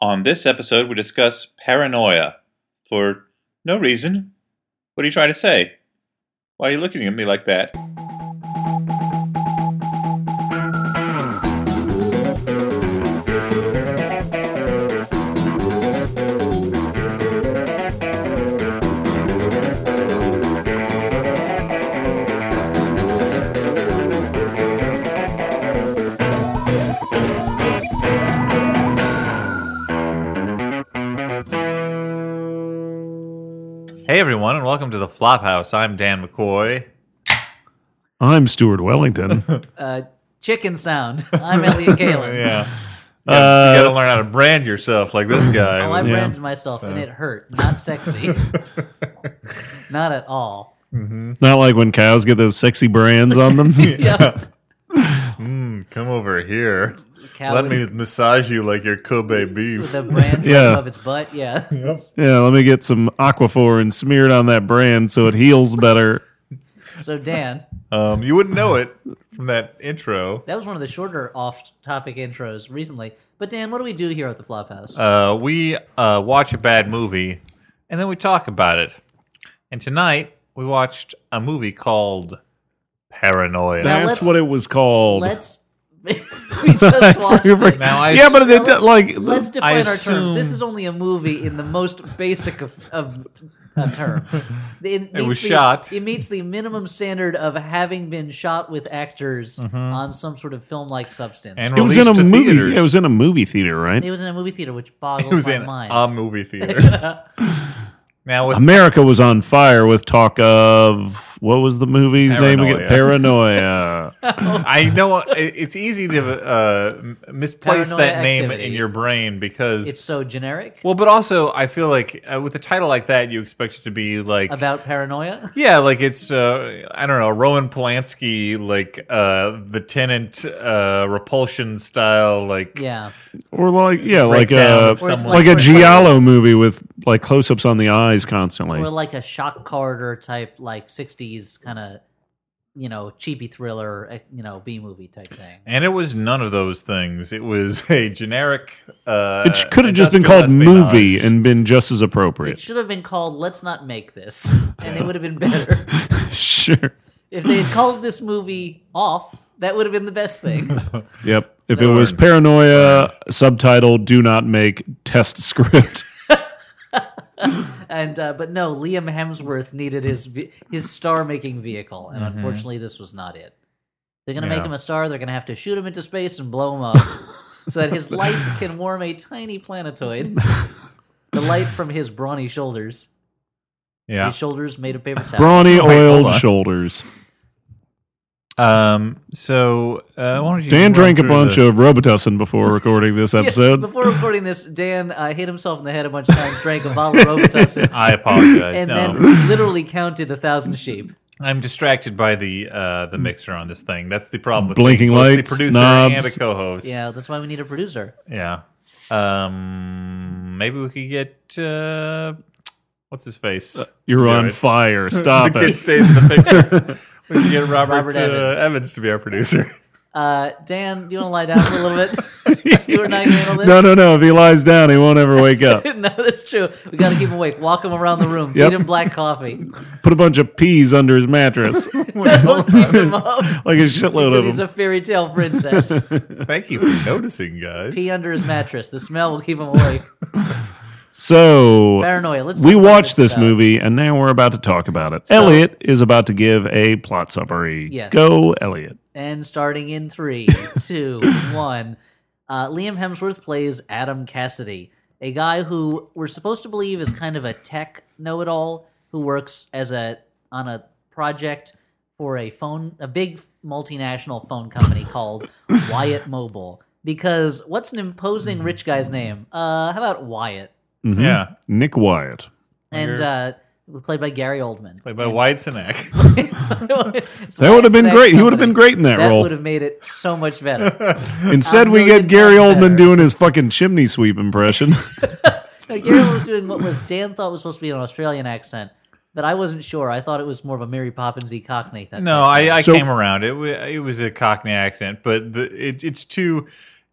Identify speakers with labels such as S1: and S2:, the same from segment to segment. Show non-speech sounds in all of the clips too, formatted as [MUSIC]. S1: On this episode, we discuss paranoia for no reason. What are you trying to say? Why are you looking at me like that? Hey, everyone, and welcome to the Flophouse. I'm Dan McCoy.
S2: I'm Stuart Wellington.
S3: uh,
S1: [LAUGHS]
S3: chicken sound. I'm Elliot Galen.
S1: Yeah.
S2: Uh,
S1: you gotta learn how to brand yourself like this guy.
S3: Oh, I
S2: Yeah.
S3: branded myself, and it hurt.
S1: [LAUGHS]
S3: Not sexy. Not at all.
S2: Not like when cows get those sexy brands on them.
S3: [LAUGHS] Yeah.
S1: Mm, come over here.
S3: Cow
S1: Let
S3: is
S1: me massage you like your Kobe beef.
S3: [LAUGHS] with a brand
S2: Yeah.
S3: above its butt. Yeah.
S2: yeah, let me get some aquaphor and smear it on that brand so it heals better.
S3: So Dan,
S1: Um, you wouldn't know it from that intro.
S3: that was one of the shorter off-topic intros recently. But Dan, what do we do here at the Flophouse?
S1: Uh, we uh, watch a bad movie and then we talk about it. And tonight we watched a movie called Paranoia.
S3: Now
S2: That's
S3: let's-
S2: what it was
S1: [LAUGHS]
S2: called.
S3: Let's. [LAUGHS] we just watched.
S2: Remember-
S3: it.
S1: now I
S2: yeah, but
S3: Now
S2: they did, like
S3: Let's define our terms.
S1: assume-
S3: This is only a movie in the most basic of, of, of
S1: [LAUGHS]
S3: terms. It, meets
S1: was
S3: the-
S1: shot.
S3: It meets the minimum standard of having been shot with actors on some sort of film-like substance.
S1: Mm-hmm. and
S2: it was in
S1: released
S2: a
S1: to
S2: movie.
S1: theaters.
S2: It was in a movie theater, right?
S3: it was in a movie theater, which boggles
S1: [LAUGHS] It was in um,
S3: my mind.
S1: a movie theater.
S2: [LAUGHS]
S1: now with
S2: America was on fire with talk of what was the movie's name again? Paranoia.
S3: [LAUGHS]
S1: I know it- it's easy to uh, m- misplace
S3: Paranoia
S1: that name
S3: activity.
S1: in your brain because
S3: it's so generic
S1: well, but also I feel like uh, with a title like that, you expect it to be like [LAUGHS]
S3: about paranoia.
S1: Yeah, like it's uh, I don't know Roman Polanski, like uh, the tenant uh, repulsion style, like
S3: Yeah,
S2: or like yeah, like
S1: Breakdown
S2: a
S1: of
S3: Or it's
S1: someone.
S2: like a
S3: Like-
S2: giallo movie with like close-ups on the eyes constantly.
S3: or like a shock corridor type, like '60s kind of, you know, cheapy thriller, eh, you know, B movie type thing.
S1: and it was none of those things. It was [LAUGHS] a generic. Uh,
S2: It could have just been
S1: industrial
S2: called
S1: espionage.
S2: movie and been just as
S1: [LAUGHS]
S3: It
S2: appropriate.
S3: should have been called "Let's Not Make This," and it would have been better.
S2: sure.
S3: If they had called this movie off, that would have been the best thing.
S1: [LAUGHS]
S2: Yep. If it was paranoia, subtitle do not make test
S1: [LAUGHS]
S2: [LAUGHS] script.
S3: And uh, but no, Liam Hemsworth needed his ve- his star making vehicle, and unfortunately, this was not it. They're gonna make
S1: Mm-hmm. Yeah.
S3: him a star. They're gonna have to shoot him into space and
S1: [LAUGHS]
S3: blow him up, so that his light can warm a
S1: [LAUGHS]
S3: tiny planetoid. the light from his brawny shoulders.
S1: Yeah.
S3: His shoulders made of paper towel. [LAUGHS]
S2: Brawny
S1: hold
S2: oiled
S1: on.
S2: shoulders.
S1: Um. So uh, why don't you run
S2: Dan drank a
S1: through
S2: bunch
S1: the-
S2: of Robitussin before recording this
S3: Yeah,
S2: episode.
S3: before recording this, Dan uh, hit himself in the head a bunch of times, drank a bottle of Robitussin,
S1: [LAUGHS] [LAUGHS] I apologize.
S3: and
S1: no,
S3: then literally counted a thousand sheep.
S1: I'm distracted by the uh, the mixer on this thing. That's the problem with
S2: Blinking
S1: both
S2: lights,
S1: the producer and a
S2: knobs.
S1: co-host.
S3: Yeah, that's why we need a producer.
S1: Yeah. Um. Maybe we could get uh, what's his face?
S2: [LAUGHS] Uh, You're
S1: Do
S2: on
S1: it. [LAUGHS]
S2: fire. Stop
S1: the kid
S2: it.
S1: stays
S2: [LAUGHS]
S1: in the picture. we can get Robert,
S3: Robert
S1: uh, Evans.
S3: Evans.
S1: to be our producer.
S3: Uh, Dan, do you want to lie down for a little
S2: [LAUGHS]
S3: bit? Stuart and I can handle this.
S2: No, no, no. If he lies down, he won't ever
S1: [LAUGHS]
S2: wake up.
S3: [LAUGHS] no, that's true. We got to keep him awake. Walk him around the room.
S2: Yep.
S3: Feed him
S2: [LAUGHS]
S3: black coffee.
S2: Put a bunch of peas under his
S1: [LAUGHS]
S2: mattress like
S3: Don't keep him up.
S2: a shitload of
S3: He's
S2: them.
S3: a fairy tale
S2: [LAUGHS]
S3: princess.
S1: Thank you for noticing, guys.
S3: Pee under his mattress. The smell will keep him awake.
S2: So
S3: Paranoia. Let's.
S2: we
S3: talk about
S2: watched this
S3: stuff.
S2: movie, and now we're about to talk about it. Elliot is about to give a plot summary.
S3: Yes.
S2: Go, Elliot.
S3: And starting in
S2: [LAUGHS]
S3: three, two, one, uh, Liam Hemsworth plays Adam Cassidy, a guy who we're supposed to believe is kind of a tech know-it-all who works as a on a project for a phone, a big multinational phone
S2: [LAUGHS]
S3: company called Wyatt Mobile. Because what's an
S2: Hmm.
S3: imposing rich guy's name? Uh, how about Wyatt?
S2: Mhm.
S1: Yeah,
S2: Nick Wyatt.
S3: And
S1: Wonder-
S3: uh, played by Gary [LAUGHS] Oldman.
S1: played by Wyatt Sinek.
S3: that
S2: That would have been great. He would have been great in that,
S3: That
S2: role.
S3: would have made it so much better.
S2: Instead,
S3: a
S2: we
S3: million
S2: get Gary
S3: times
S2: Oldman
S3: better.
S2: doing his fucking chimney sweep
S3: [LAUGHS]
S2: impression.
S3: No, Gary was doing what was Dan thought was supposed to be an Australian accent, but I wasn't sure. I thought it was more of a Mary Poppinsy Cockney. That
S1: No, I, I
S2: So-
S1: came around. It wa- it was a Cockney accent, but the, it, it's too.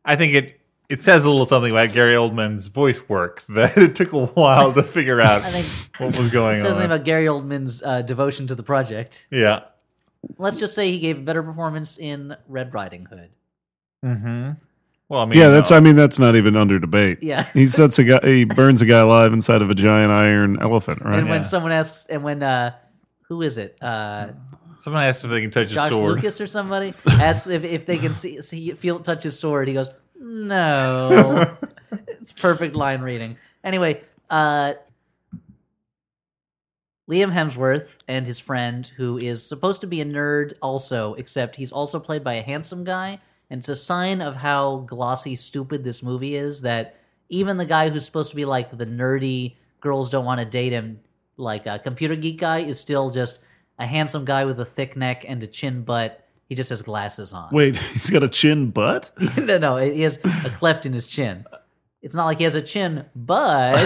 S1: I think it it says a little something about Gary Oldman's voice work [LAUGHS] that it took a while to figure out
S3: I think
S1: what was going on.
S3: it says something about Gary Oldman's uh, devotion to the project.
S1: yeah.
S3: Let's just say he gave a better performance in Red Riding Hood.
S1: Mm-hmm. Well, I mean,
S2: Yeah, that's.
S1: no.
S2: I mean, that's not even under debate.
S3: Yeah.
S2: he sets a guy. He burns a guy alive inside of a giant iron elephant. Right.
S3: And when
S1: Oh, Yeah.
S3: someone asks, and when uh, who is it? Uh,
S1: someone asked if they can touch
S3: Josh
S1: a sword.
S3: Lucas or
S1: [LAUGHS]
S3: somebody asks if, if they can see, see feel touch his sword. He goes,
S1: [LAUGHS]
S3: "No." it's perfect line reading. Anyway, uh, Liam Hemsworth and his friend, who is supposed to be a nerd, also, except he's also played by a handsome guy, and it's a sign of how glossy, stupid this movie is that even the guy who's supposed to be like the nerdy girls don't want to date him, like a computer geek guy, is still just a handsome guy with a thick neck and a chin butt. He just has glasses on.
S2: Wait, [LAUGHS] he's got a chin butt.
S3: [LAUGHS] no, no, he has a cleft in his chin. It's not like he has a chin, but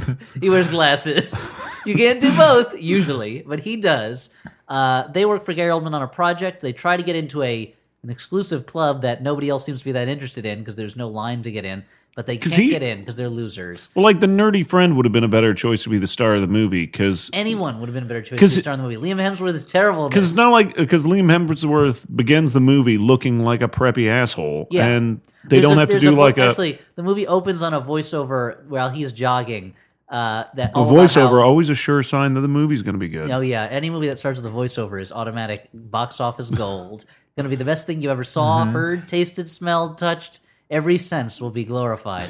S2: [LAUGHS]
S3: he wears glasses. You can't do both usually, but he does. Uh, they work for Gary Oldman on a project. They try to get into a an exclusive club that nobody else seems to be that interested in because there's no line to get in, but they can't
S2: he-
S3: get in because they're losers.
S2: Well, like the nerdy friend would have been a better choice to be the star of the movie because
S3: Anyone would have been a better choice
S2: 'Cause
S3: to
S2: it-
S3: star in the movie. Liam Hemsworth is terrible. in
S2: Because
S3: this.
S2: it's not like because Liam Hemsworth begins the movie looking like a preppy asshole,
S3: Yeah.
S2: and they
S3: There's
S2: don't
S3: a-
S2: have to
S3: there's
S2: do
S3: a-
S2: like a,
S3: Actually, the movie opens on a voiceover while he's jogging. Uh, that
S2: a
S3: all about how-
S2: voiceover. Always a sure sign that the movie's going to be good.
S3: Oh yeah, any movie that starts with a voiceover is automatic box
S1: [LAUGHS]
S3: office gold. Going to be the best thing you ever saw,
S1: Mm-hmm.
S3: heard, tasted, smelled, touched. Every sense will be glorified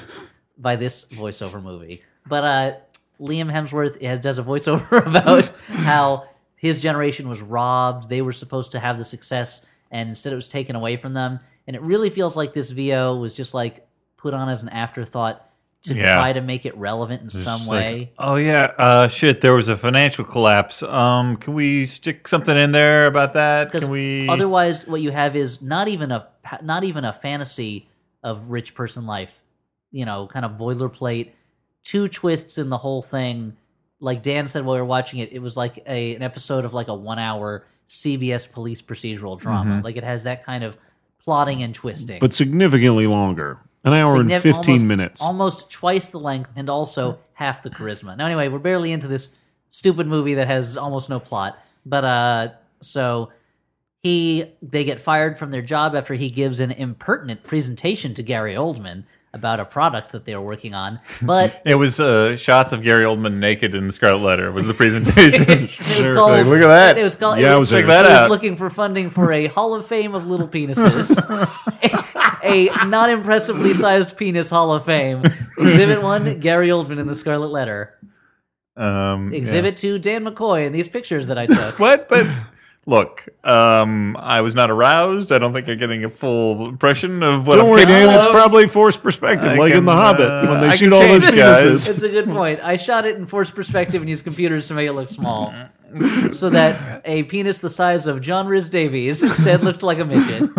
S3: by this voiceover movie. But uh, Liam Hemsworth has, does a voiceover [LAUGHS] about how his generation was robbed. They were supposed to have the success, and instead it was taken away from them. And it really feels like this VO was just like put on as an afterthought to
S1: Yeah.
S3: try to make it relevant in some
S1: It's
S3: way.
S1: like, oh yeah, uh, shit. There was a financial collapse. Um, can we stick something in there about that?
S3: Because
S1: Can we?
S3: otherwise, what you have is not even a not even a fantasy of rich person life. You know, kind of boilerplate, two twists in the whole thing. Like Dan said while we were watching it, it was like a, an episode of like a one hour CBS police procedural drama.
S1: Mm-hmm.
S3: Like it has that kind of plotting and twisting.
S2: but significantly longer, an hour and
S3: Signif-
S2: fifteen
S3: almost-
S2: minutes.
S3: Almost twice the length and also half the charisma. Now, anyway, we're barely into this stupid movie that has almost no plot. But uh, so he they get fired from their job after he gives an impertinent presentation to Gary Oldman about a product that they are working on.
S2: [LAUGHS]
S3: But
S1: it was uh, shots of Gary Oldman naked in the Scarlet Letter. Was the presentation?
S3: [LAUGHS] it was
S2: Sure.
S3: called.
S1: Like, look at that.
S3: It was called.
S2: Yeah,
S3: it
S2: I
S3: was,
S2: was Check
S1: there. that
S3: it was
S1: out.
S3: looking for funding for a Hall of Fame of little penises. [LAUGHS] a, not impressively sized penis Hall of Fame. Exhibit one: Gary Oldman in the Scarlet Letter.
S1: um, yeah.
S3: Exhibit two: Dan McCoy in these pictures that I took.
S1: What? But look, um, I was not aroused. I don't think you're getting a full impression of what.
S2: Don't
S1: I'm
S2: worry, Dan.
S1: capable
S2: It's
S1: of.
S2: probably forced perspective,
S1: I
S2: like
S1: can,
S2: in The Hobbit
S1: uh,
S2: when
S1: I
S2: they
S1: can
S2: shoot all those
S1: change, guys.
S2: penises.
S3: It's a good point. I shot it in forced perspective and used computers to make it look small, so that a penis the size of John Rhys Davies instead looked like a midget.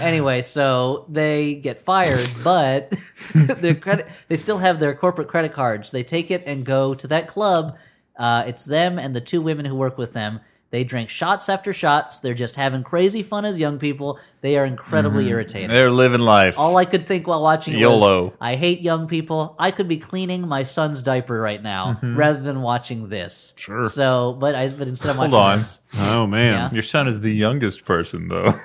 S3: Anyway, so they get fired, but [LAUGHS] their credit they still have their corporate credit cards. They take it and go to that club. Uh, it's them and the two women who work with them. They drink shots after shots. They're just having crazy fun as young people. They are incredibly irritating.
S1: They're living life.
S3: All I could think while watching it was,
S1: YOLO.
S3: I hate young people. I could be cleaning my son's diaper right now rather than watching this.
S2: Mm-hmm. Sure.
S3: So, but I but instead I'm watching
S1: Hold on.
S3: this.
S2: Oh man,
S1: Your son is the youngest person, though. [LAUGHS]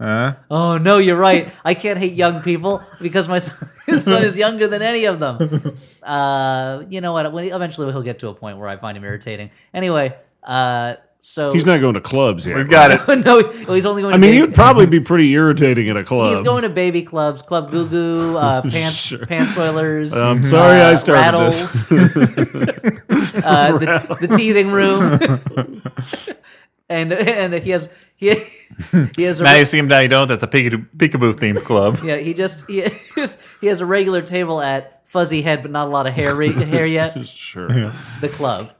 S1: Huh?
S3: Oh no, you're right. I can't hate young people because my [LAUGHS] son, his son is younger than any
S2: [LAUGHS]
S3: of them. Uh, you know what? When, eventually, he'll get to a point where I find him irritating. Anyway, uh, so [LAUGHS]
S2: he's not going to clubs yet.
S1: We've got it.
S3: no, he's only going.
S2: I
S3: to
S2: mean,
S3: big-
S2: you'd probably be pretty irritating at a club.
S3: He's going to baby clubs, Club Goo Goo,
S2: [LAUGHS]
S3: uh, pants,
S2: Sure.
S3: pants soilers. uh,
S2: I'm sorry I started
S3: rattles,
S2: this. [LAUGHS]
S3: uh, the, the teething room, and and he has he he has a
S1: Now you see him, now you don't. That's a peekaboo, peekaboo themed club.
S3: yeah he just he, [LAUGHS] has- he has a regular table at fuzzy head but not a lot of hair re- hair yet
S2: sure.
S3: the club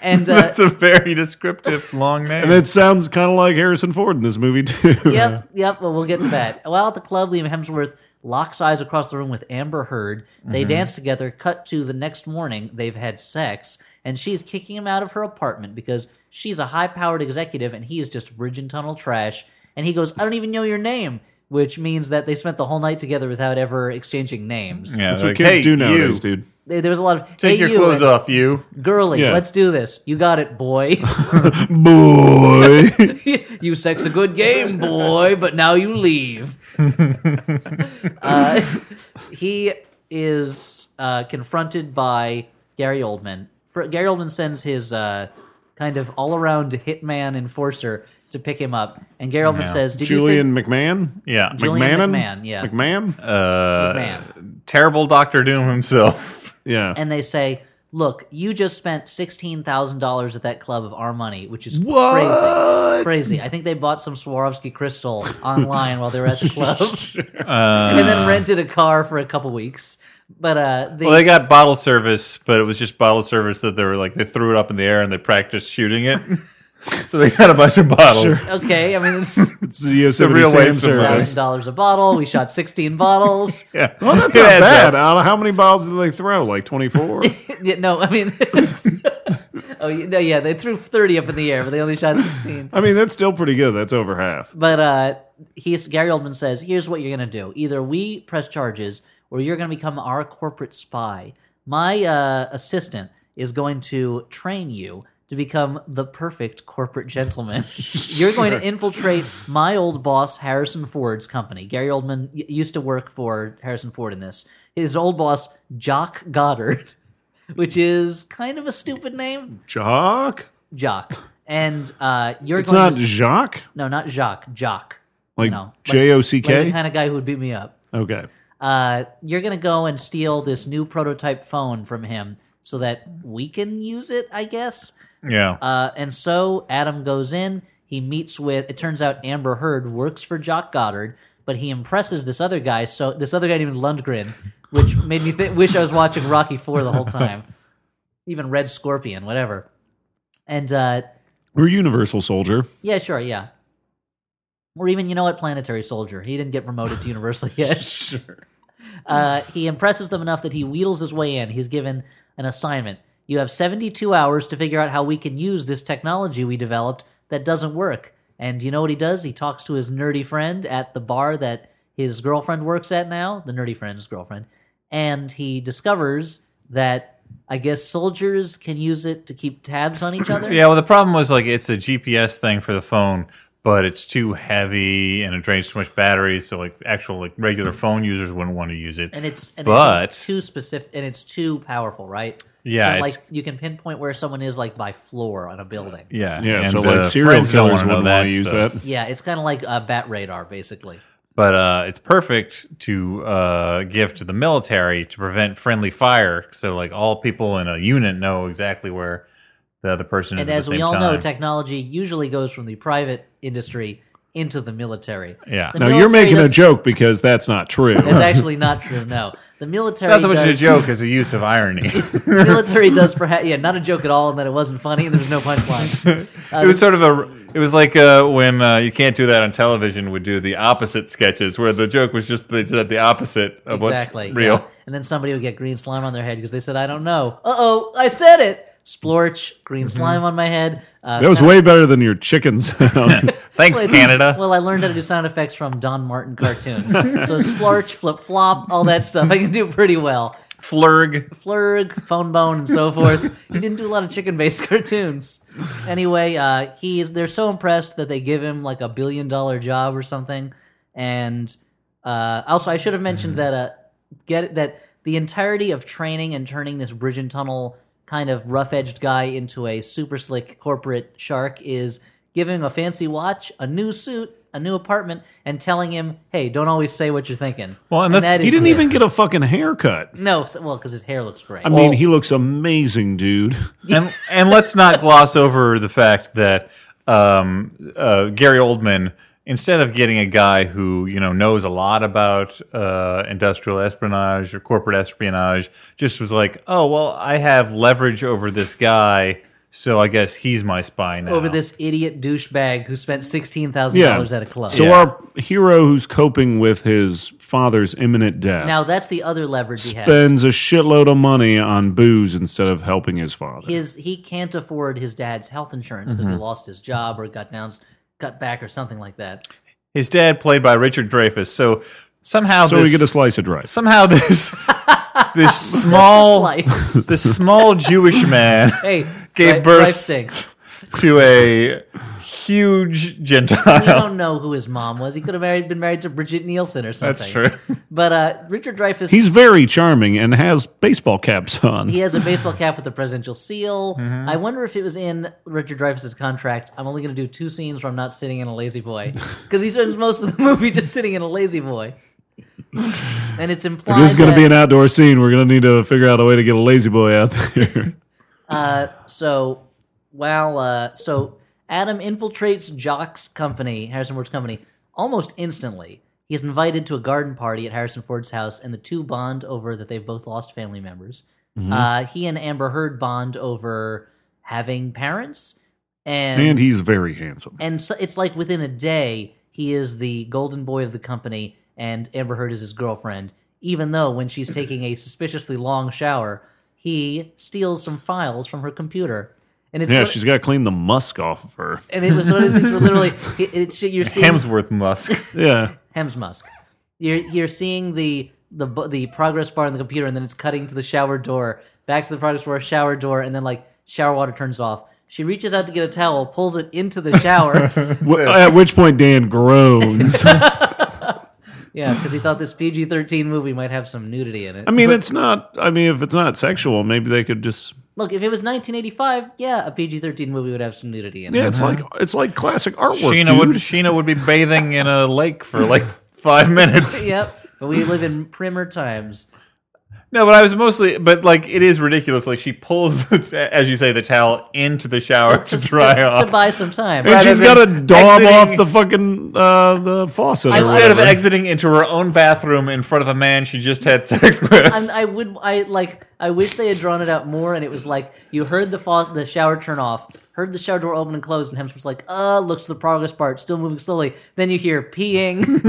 S3: and
S1: [LAUGHS]
S3: uh,
S1: That's a very descriptive long name.
S2: And it sounds kind of like Harrison Ford in this movie too.
S3: yep, yep. Well, we'll get to that. While at the club, Liam Hemsworth locks eyes across the room with Amber Heard. They
S1: Mm-hmm.
S3: dance together. Cut to the next morning. They've had sex, and she's kicking him out of her apartment because she's a high-powered executive, and he is just bridge and tunnel trash. And he goes, "I don't even know your name." which means that they spent the whole night together without ever exchanging names.
S1: Yeah,
S2: That's
S1: they're
S2: what
S1: like,
S2: kids
S1: "Hey,
S2: do nowadays,
S1: you,
S2: dude.
S3: There there was a lot of
S1: Take
S3: hey,
S1: your
S3: you,
S1: clothes
S3: and,
S1: off, you.
S3: girly.
S2: Yeah.
S3: Let's do this. You got it, boy.
S1: [LAUGHS]
S2: Boy.
S3: [LAUGHS] you sex a good game, boy, but now you leave. uh, he is uh, confronted by Gary Oldman. Fr- Gary Oldman sends his uh, kind of all around hitman enforcer to pick him up. And Gary Oldman
S1: Yeah.
S3: says, Did
S2: Julian McMahon?
S1: Yeah.
S3: you think. Julian
S2: McMahon?
S3: McMahon, yeah.
S2: McMahon?
S1: Uh,
S3: McMahon.
S1: terrible Doctor Doom himself.
S2: Yeah.
S3: and they say, Look, you just spent $16,000 at that club of our money, which is
S2: What?
S1: [LAUGHS]
S3: crazy. Crazy. I think they bought some Swarovski crystal online while they were
S1: [LAUGHS]
S3: at the club.
S1: Uh,
S3: and then rented a car for a couple weeks. But uh, the,
S1: well, they got bottle service, but it was just bottle service that they were like they threw it up in the air and they practiced shooting [LAUGHS] it. so they got a bunch of bottles.
S3: okay, I
S1: [LAUGHS]
S3: mean it's
S2: It's the Yosemite
S1: real
S2: Sam
S1: waste of
S2: service.
S3: [LAUGHS] thousand dollars a bottle. We shot sixteen bottles.
S1: [LAUGHS] Yeah.
S2: Well, that's
S1: It
S2: not
S1: adds
S2: bad.
S1: up.
S2: Out of how many balls did they throw? Like
S3: [LAUGHS]
S2: 24?
S3: Yeah, no, I mean, [LAUGHS] it's- oh yeah, no, yeah, they threw thirty up in the air, but they only shot sixteen.
S2: I mean, that's still pretty good. That's over half.
S3: But uh, he's Gary Oldman says, "Here's what you're gonna do: either we press charges, or you're gonna become our corporate spy. My uh, assistant is going to train you." To become the perfect
S2: [LAUGHS]
S3: corporate gentleman, you're going to infiltrate my old boss Harrison Ford's company. Gary Oldman y- used to work for Harrison Ford in this. His old boss Jock Goddard, [LAUGHS] which is kind of a stupid name,
S2: Jock?
S3: Jock. And uh, you're
S2: It's
S3: going
S2: not
S3: to
S2: Jacques?
S3: no, not Jacques. Jock.
S2: Like
S3: know, like-
S2: J O C
S3: like the
S2: K?
S3: kind of guy who would beat me up.
S2: Okay.
S3: Uh, you're gonna go and steal this new prototype phone from him so that we can use it, I guess.
S1: Yeah.
S3: Uh, and so Adam goes in. He meets with. It turns out Amber Heard works for Jock Goddard, but he impresses this other guy. So this other guy named Lundgren, which made me th- wish I was watching Rocky Four the whole time, [LAUGHS] even Red Scorpion, whatever. And uh,
S2: We're Universal Soldier.
S3: yeah, sure, yeah. Or even, you know what, Planetary Soldier. He didn't get promoted to Universal yet. sure. Uh, he impresses them enough that he wheedles his way in. He's given an assignment. You have 72 hours to figure out how we can use this technology we developed that doesn't work. And you know what he does? He talks to his nerdy friend at the bar that his girlfriend works at now, the nerdy friend's girlfriend, and he discovers that I guess soldiers can use it to keep tabs on each other.
S1: [CLEARS THROAT] Yeah, well, the problem was like it's a GPS thing for the phone, but it's too heavy and it drains too much battery. So like actual like regular phone users wouldn't want to use it.
S3: and it's and
S1: But-
S3: it's too specific and it's too powerful, right?
S1: Yeah,
S3: So,
S1: it's-
S3: like you can pinpoint where someone is like by floor on a building. Yeah,
S1: yeah,
S2: Yeah,
S1: and,
S2: so
S1: uh,
S2: like serial
S1: friends don't
S2: killers
S1: wanna know
S2: wouldn't want to use
S1: stuff.
S2: that.
S3: it's kind of like a bat radar, basically.
S1: But uh, it's perfect to uh, give to the military to prevent friendly fire. So like all people in a unit know exactly where the other person is.
S3: And
S1: at
S3: as
S1: the
S3: we
S1: same
S3: all
S1: time.
S3: know, technology usually goes from the private industry into the military.
S1: Yeah.
S3: The
S1: Now,
S2: Now, you're
S3: military
S2: making a
S3: does-
S2: joke because that's not true.
S3: That's actually not true. No, the military.
S1: it's not so much a
S3: does, [LAUGHS]
S1: joke as a use of irony.
S3: military does perhaps yeah, not a joke at all, and that it wasn't funny, and there was no punchline.
S1: it was sort of a. It was like uh, when uh, you can't do that on television. Would do the opposite sketches where the joke was just the, the opposite of
S3: exactly
S1: what's real.
S3: yeah. And then somebody would get green slime on their head because they said, "I don't know." Uh oh, I said it. Splorch, green
S1: Mm-hmm.
S3: slime on my head. Uh,
S2: That was
S3: kinda-
S2: way better than your chicken sound.
S1: Thanks,
S3: [LAUGHS] Well, it's-
S1: Canada.
S3: Well, I learned how to do sound effects from Don Martin cartoons. so splorch, flip flop, all that stuff I can do pretty well.
S1: Flurg.
S3: Flurg, phone bone, and so forth. He didn't do a lot of chicken based [LAUGHS] cartoons. Anyway, uh, he is, they're so impressed that they give him like a billion dollar job or something. And uh, also, I should have mentioned
S2: Mm-hmm.
S3: that uh, get that the entirety of training and turning this bridge and tunnel kind of rough edged guy into a super slick corporate shark is giving him a fancy watch, a new suit, a new apartment, and telling him, "Hey, don't always say what you're thinking."
S1: Well, and that's-
S3: that
S2: he
S3: is
S2: didn't
S3: this.
S2: even get a fucking haircut.
S3: no. so- Well, because his hair looks great.
S2: I mean, he looks amazing, dude.
S1: And and let's not gloss over the fact that um, uh, Gary Oldman, instead of getting a guy who you know knows a lot about uh, industrial espionage or corporate espionage, just was like, oh well, I have leverage over this guy, so I guess he's my spy now.
S3: over this idiot douchebag who spent sixteen thousand dollars at a club.
S2: So
S1: Yeah.
S2: our hero who's coping with his father's imminent death
S3: now that's the other leverage he has.
S2: spends a shitload of money on booze instead of helping his father.
S3: His he can't
S1: Mm-hmm. [LAUGHS]
S3: afford his dad's health insurance because he lost his job or got down, cut back or something like that.
S1: His dad, played by Richard Dreyfuss. So somehow,
S2: So
S1: this,
S2: we get a slice of rice.
S1: somehow this this small
S3: Slice.
S1: this small Jewish man [LAUGHS]
S3: hey,
S1: Gave
S3: li-
S1: birth-
S3: Life stinks.
S1: [LAUGHS] to a huge
S3: We
S1: Gentile.
S3: don't know who his mom was. He could have married, been married to Bridget Nielsen or something.
S1: That's true.
S3: But uh, Richard Dreyfuss,
S2: He's very charming and has baseball caps on.
S3: he has a baseball cap with the presidential seal.
S2: Mm-hmm.
S3: I wonder if it was in Richard Dreyfuss's contract. I'm only going to do two scenes where I'm not sitting in a
S2: [LAUGHS]
S3: lazy boy because he spends most of the movie just sitting in a lazy boy. And it's implied
S2: This is going to
S3: that-
S2: be an outdoor scene. We're going to need to figure out a way to get a lazy boy out there. [LAUGHS]
S3: Uh, so while uh, so Adam infiltrates Jock's company, Harrison Ford's company, almost instantly. He is invited to a garden party at Harrison Ford's house, and the two bond over that they've both lost family members. Uh, he and Amber Heard bond over having parents, and
S2: and he's very handsome.
S3: and so it's like within a day he is the golden boy of the company and amber heard is his girlfriend even though when she's taking a suspiciously long shower he steals some files from her computer and it's
S2: Yeah,
S3: one-
S2: she's got to clean the musk off of
S3: [LAUGHS]
S2: her.
S3: and it was one of those things
S2: [LAUGHS]
S3: where literally it- it's you're
S1: [LAUGHS]
S3: seeing
S1: Hemsworth Musk.
S2: Yeah.
S3: Hems Musk. You're you're seeing the the bu- the progress bar on the computer, and then it's cutting to the shower door, back to the progress bar, shower door, and then like shower water turns off. She reaches out to get a towel, pulls it into the
S2: [LAUGHS]
S3: shower.
S2: W- At which point, Dan
S3: [LAUGHS]
S2: groans. I
S3: yeah, because he thought this PG thirteen movie might have some nudity in it.
S2: mean, it's not, I mean, if it's not sexual, maybe they could just,
S3: Look, if it was 1985, yeah, a PG thirteen movie would have some nudity in it.
S2: yeah, it's like, it's like classic artwork.
S1: Sheena
S2: dude.
S1: would Sheena would be bathing in a lake for [LAUGHS] like five
S3: [LAUGHS]
S1: minutes.
S3: yep, but we live in primer times.
S1: [LAUGHS] No, but I was mostly, but like it is ridiculous. Like she pulls, the, as you say, the towel into the shower to, dry
S3: to,
S1: off.
S3: to buy some time.
S2: and
S1: Rather
S2: she's got to
S1: than
S2: daub off
S1: exiting-
S2: the fucking, uh, the faucet. or
S1: Instead of
S2: whatever.
S1: exiting into her own bathroom in front of a man she just had sex [LAUGHS] with,
S3: I'm, I would. I like. I wish they had drawn it out more, and it was like you heard the fa- the shower turn off, heard the shower door open and close, and Hemsworth's like, "Uh," looks to the progress bar, still moving slowly. Then you hear peeing.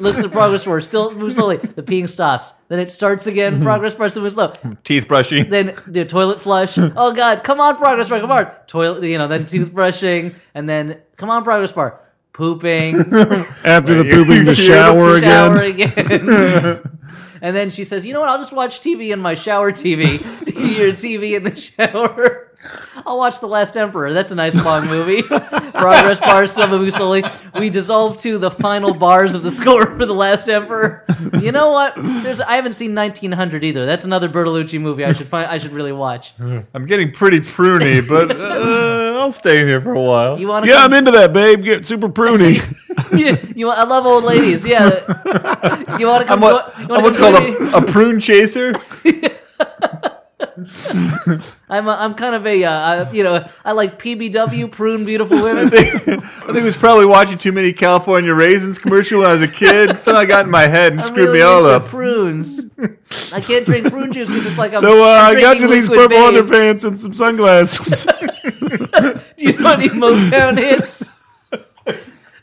S3: [LAUGHS] looks to the progress bar, still moves slowly. The peeing stops. Then it starts again.
S1: Mm-hmm.
S3: Progress bar, still moves slow.
S1: teeth brushing.
S3: Then the
S2: [LAUGHS]
S3: toilet flush. Oh God, come on, progress bar, come on. Toilet, you know. Then toothbrushing, and then come on, progress bar, pooping.
S2: after the
S1: Right, you-
S2: [LAUGHS] pooping,
S1: you
S2: the
S1: hear the
S2: [LAUGHS] shower [LAUGHS]
S3: shower
S2: again.
S3: again. [LAUGHS] and then she says, "You know what? I'll just watch TV in my shower TV. [LAUGHS] Your TV in the shower. [LAUGHS] I'll watch The Last Emperor. That's a nice
S2: [LAUGHS]
S3: long movie. Progress bars still moving slowly. We dissolve to the final bars of the score for The Last Emperor. You know what? There's I haven't seen 1900 either. That's another Bertolucci movie. I should find. I should really watch.
S1: I'm getting pretty pruny, but uh, I'll stay in here for a while.
S3: You want to?
S2: Yeah,
S3: [LAUGHS]
S2: I'm into that, babe. Get super pruny.
S3: you, you, I love old ladies. Yeah. You want to come?
S1: I'm, what,
S3: jo- you wanna
S1: I'm what's
S3: come
S1: called
S3: join me?
S1: a, a prune
S3: [LAUGHS]
S1: chaser.
S3: I'm a, I'm kind of a uh, I- you know I like PBW prune beautiful women.
S1: I think it was probably watching too many California Raisins commercial when I was a
S3: [LAUGHS]
S1: kid. Somehow got in my head and
S3: I'm
S1: screwed
S3: really
S1: me all
S3: into
S1: up.
S3: Prunes. I can't drink prune juice because it's like [LAUGHS] I'm,
S2: So uh,
S3: I'm
S2: I got you
S3: drinking
S2: these
S3: liquid
S2: purple
S3: babe.
S2: underpants and some
S3: [LAUGHS]
S2: sunglasses.
S3: Do you know any Motown hits?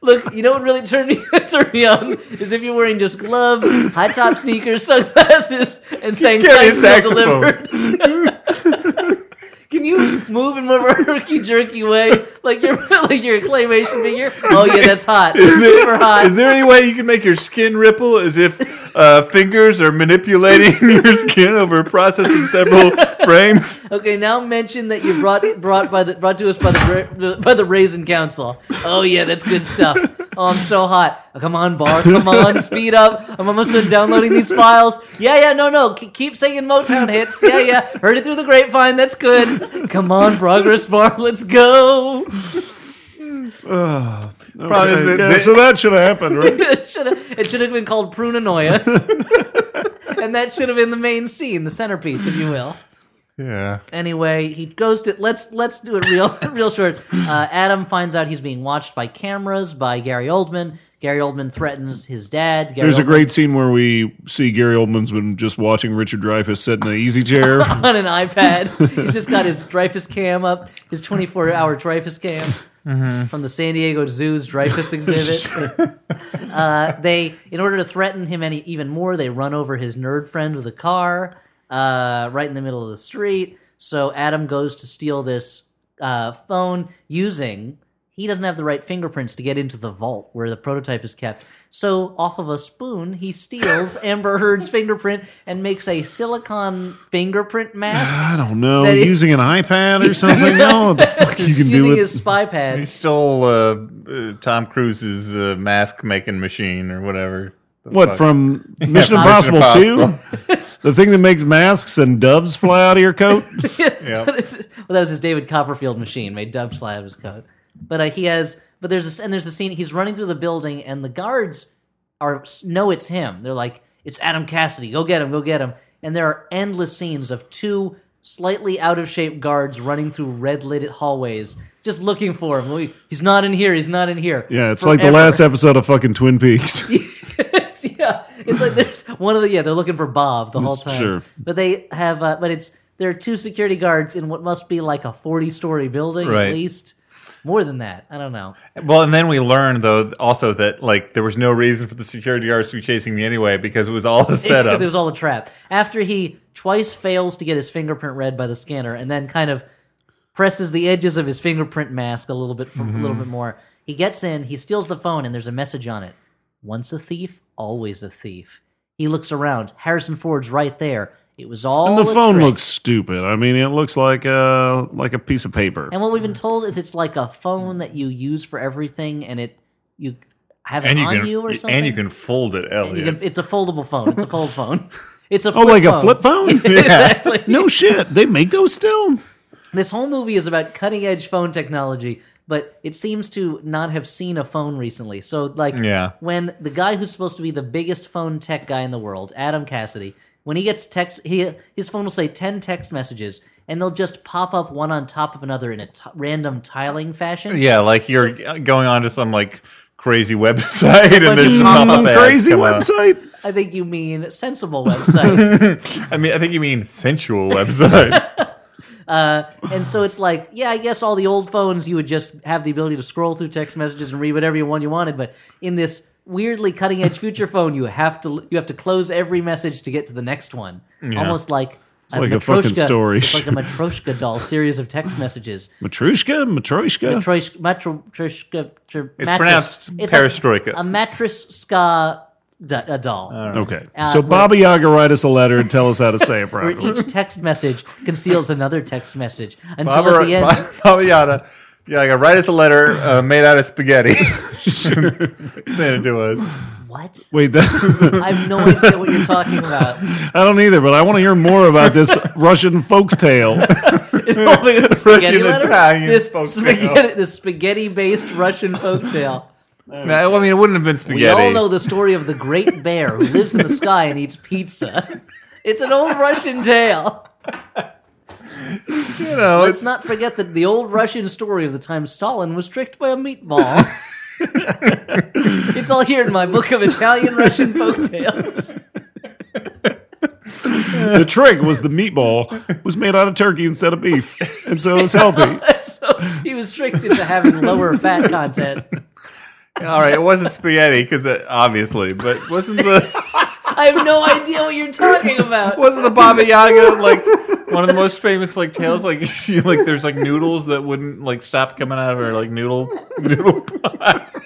S3: Look, you know what really turned me [LAUGHS] turned me on is if you're wearing just gloves, high top sneakers, sunglasses, and saying
S1: Get me
S3: "Thanks,
S1: a
S3: Bill
S1: saxophone.
S3: delivered." [LAUGHS] Can you move in more of a herky jerky way, like your [LAUGHS] like your claymation figure? Oh yeah, that's hot.
S1: Is there-
S3: Super hot.
S1: is there any way you can make your skin ripple as if uh, fingers are manipulating [LAUGHS] your skin over processing several frames?
S3: Okay, now mention that you brought brought by the brought to us by the by the Raisin Council. Oh yeah, that's good stuff. Oh, I'm so hot. Oh, come on, bar. Come on, speed up. I'm almost done downloading these files. Yeah, yeah, no, no. K- keep singing Motown hits. Yeah, yeah. Heard it through the grapevine. That's good. Come on, progress bar. Let's go. [LAUGHS]
S1: Problem is that
S2: Yeah,
S1: they-
S2: so that should have happened, right?
S3: It should have it should have been called Prunanoia. [LAUGHS] and that should have been the main scene, the centerpiece, if you will.
S1: Yeah.
S3: anyway, he goes to let's let's do it real [LAUGHS] real short. Uh, Adam finds out he's being watched by cameras by Gary Oldman. Gary Oldman threatens his
S2: [LAUGHS]
S3: dad. Gary
S2: There's a
S3: Oldman-
S2: great scene where we see Gary Oldman's been just watching Richard Dreyfuss sit in an easy
S3: [LAUGHS]
S2: chair.
S3: on
S2: [LAUGHS]
S3: an iPad. he's just got his Dreyfus cam up, his 24 hour Dreyfus cam from the San Diego Zoo's
S2: [LAUGHS]
S3: Dreyfus exhibit. uh, they, in order to threaten him any even more, they run over his nerd friend with a car uh, right in the middle of the street. So Adam goes to steal this uh, phone using he doesn't have the right fingerprints to get into the vault where the prototype is kept. So, off of a spoon,
S2: [LAUGHS]
S3: he steals Amber Heard's fingerprint and makes a silicon
S2: [LAUGHS]
S3: fingerprint mask.
S2: I don't know.
S3: That is-
S2: using an iPad
S3: [LAUGHS]
S2: or something? no, what the fuck you can
S3: He's
S2: do
S3: using
S2: with
S3: his spy
S1: He
S3: pad.
S1: stole uh, uh, Tom Cruise's uh, mask making machine or whatever. The
S2: what
S1: fuck.
S2: [LAUGHS] from Mission
S1: from Mission
S2: Impossible Two? the thing that makes masks and doves fly out of your
S3: [LAUGHS]
S2: coat.
S1: Yeah.
S3: well, that was his David Copperfield machine made doves fly out of his coat. But uh, he has, but there's a, and there's a scene. He's running through the building, and the guards are know it's him. They're like, "It's Adam Cassidy. Go get him. Go get him." And there are endless scenes of two slightly out of shape guards running through red lit hallways, just looking for him. We- He's not in here. He's not in here.
S2: Yeah, it's like the
S3: Forever.
S2: last episode of fucking Twin
S3: [LAUGHS]
S2: Peaks.
S3: It's- yeah, it's like there's one of the yeah they're looking for Bob the whole time.
S2: Sure.
S3: but they have uh, but it's there are two security guards in what must be like a forty-story building
S1: Right.
S3: at least, more than that. I don't know.
S1: Well, and then we learned though also that like there was no reason for the security guards to be chasing me anyway because it was all a
S3: Because
S1: setup.
S3: [LAUGHS] it was all a trap. After he twice fails to get his fingerprint read by the scanner, and then kind of presses the edges of his fingerprint mask a little bit for, a
S2: Mm-hmm.
S3: little bit more, he gets in. He steals the phone, and there's a message on it. Once a thief, always a thief. He looks around. Harrison Ford's right there. It was all
S2: And the
S3: a
S2: phone
S3: trick.
S2: looks stupid. I mean, it looks like a like a piece of paper.
S3: And what we've
S1: Mm.
S3: been told is it's like a phone that you use for everything, and it you have it
S1: and you
S3: on
S1: can
S3: you or something.
S1: and you can fold it,
S3: And
S1: Elliot.
S3: you can- It's a foldable phone. It's a fold
S1: [LAUGHS]
S3: phone. It's a
S2: oh,
S3: flip
S2: like
S3: phone.
S2: a flip
S3: [LAUGHS]
S2: phone?
S3: exactly.
S2: no shit. They make those still.
S3: This whole movie is about cutting edge phone technology, but it seems to not have seen a phone recently. So, like,
S1: Yeah.
S3: when the guy who's supposed to be the biggest phone tech guy in the world, Adam Cassidy, when he gets text, he his phone will say ten text messages, and they'll just pop up one on top of another in a t- random tiling fashion.
S1: yeah, like you're going onto some like crazy website [LAUGHS] and there's just
S3: Fucking
S1: pop-up ads
S2: Mm, Crazy
S1: come up.
S2: website.
S3: I think you mean sensible
S1: [LAUGHS]
S3: website.
S1: I mean, I think you mean sensual [LAUGHS] website.
S3: and so it's like, yeah, I guess all the old phones you would just have the ability to scroll through text messages and read whatever you want you wanted, but in this weirdly cutting edge future phone, you have to you have to close every message to get to the next one. Almost like it's
S2: like a fucking story.
S3: It's like a matryoshka doll series of text messages.
S2: Matrushka, Matryoshka.
S3: Matrosh, matro, troshka, tr-
S1: It's
S3: mattress.
S1: pronounced
S3: It's like
S1: perestroika.
S3: a mattress ska d- a doll.
S2: Okay.
S3: Uh,
S2: so
S3: we're-
S2: Baba Yaga write us a letter and tell us how to say it
S3: [LAUGHS] Where
S2: properly.
S3: each text message conceals another text message until at
S1: Barbara-
S3: the end.
S1: Bob- [LAUGHS] Baba Yaga. Yeah, I got write us a letter uh, made out of spaghetti. [LAUGHS] Send it to us.
S3: What?
S2: Wait, [LAUGHS] that,
S3: I have no idea what you're talking about.
S2: I don't either, but I want to hear more about this Russian
S3: [LAUGHS]
S2: folktale.
S3: Oh my God, spaghetti
S1: Russian
S3: letter?
S1: Italian
S3: this
S1: folktale.
S3: spaghetti, this spaghetti-based Russian folktale.
S1: No, I mean, it wouldn't have been
S3: We
S1: spaghetti.
S3: all know the story of the great bear who lives in the sky and eats pizza. [LAUGHS] It's an old Russian tale.
S1: you know,
S3: Let's not forget that the old Russian story of the time Stalin was tricked by
S1: [LAUGHS]
S3: a meatball. it's all here in my book of Italian-Russian folktales. [LAUGHS]
S2: The trick was the meatball was made out of turkey instead of beef, and so it was healthy.
S3: so he was tricked into having lower fat content.
S1: All right, it wasn't spaghetti because obviously, but wasn't
S3: [LAUGHS]
S1: the
S3: I have no idea what you're talking about.
S1: wasn't the Baba Yaga like one of the most famous like tales? Like [LAUGHS] she like there's like noodles that wouldn't like stop coming out of her like noodle [LAUGHS] noodle pie. [LAUGHS]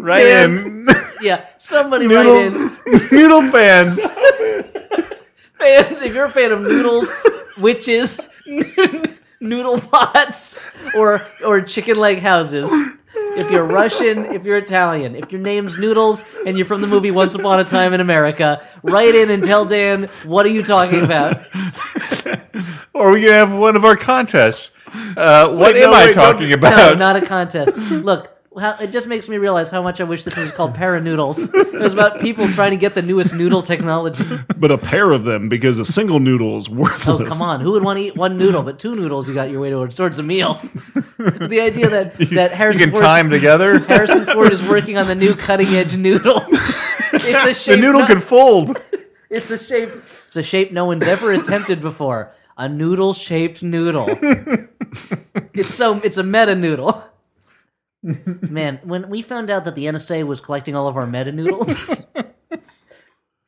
S1: right in
S3: Yeah, somebody write in.
S1: noodle [LAUGHS] noodle fans.
S3: fans, if you're a fan of noodles, witches, [LAUGHS] noodle pots, or or chicken leg houses. If you're Russian, if you're Italian, if your name's Noodles and you're from the movie Once Upon a Time in America, write in and tell Dan what are you talking about.
S1: Or we could have one of our contests. Uh, what
S2: Wait,
S1: am
S2: no,
S1: I
S2: wait, don't
S1: talking
S2: do-
S1: about?
S3: No, not a contest. Look, how, it just makes me realize how much I wish this thing was called Paranoodles. It was about people trying to get the newest noodle technology.
S2: But a pair of them because a single noodle is
S3: Oh,
S2: worthless.
S3: come on. Who would want to eat one noodle? But two noodles, you got your way towards, towards a meal. [LAUGHS] the idea that,
S1: [LAUGHS]
S3: that
S1: you
S3: Harrison,
S1: can
S3: Ford,
S1: time together.
S3: [LAUGHS] Harrison Ford is working on the new cutting
S1: [LAUGHS]
S3: edge noodle. it's a shape
S1: The noodle
S3: no,
S1: can fold.
S3: it's a shape it's a shape no one's ever attempted before. A noodle
S1: [LAUGHS]
S3: shaped noodle. it's so it's a meta noodle.
S1: [LAUGHS]
S3: Man, when we found out that the NSA was collecting all of our meta noodles,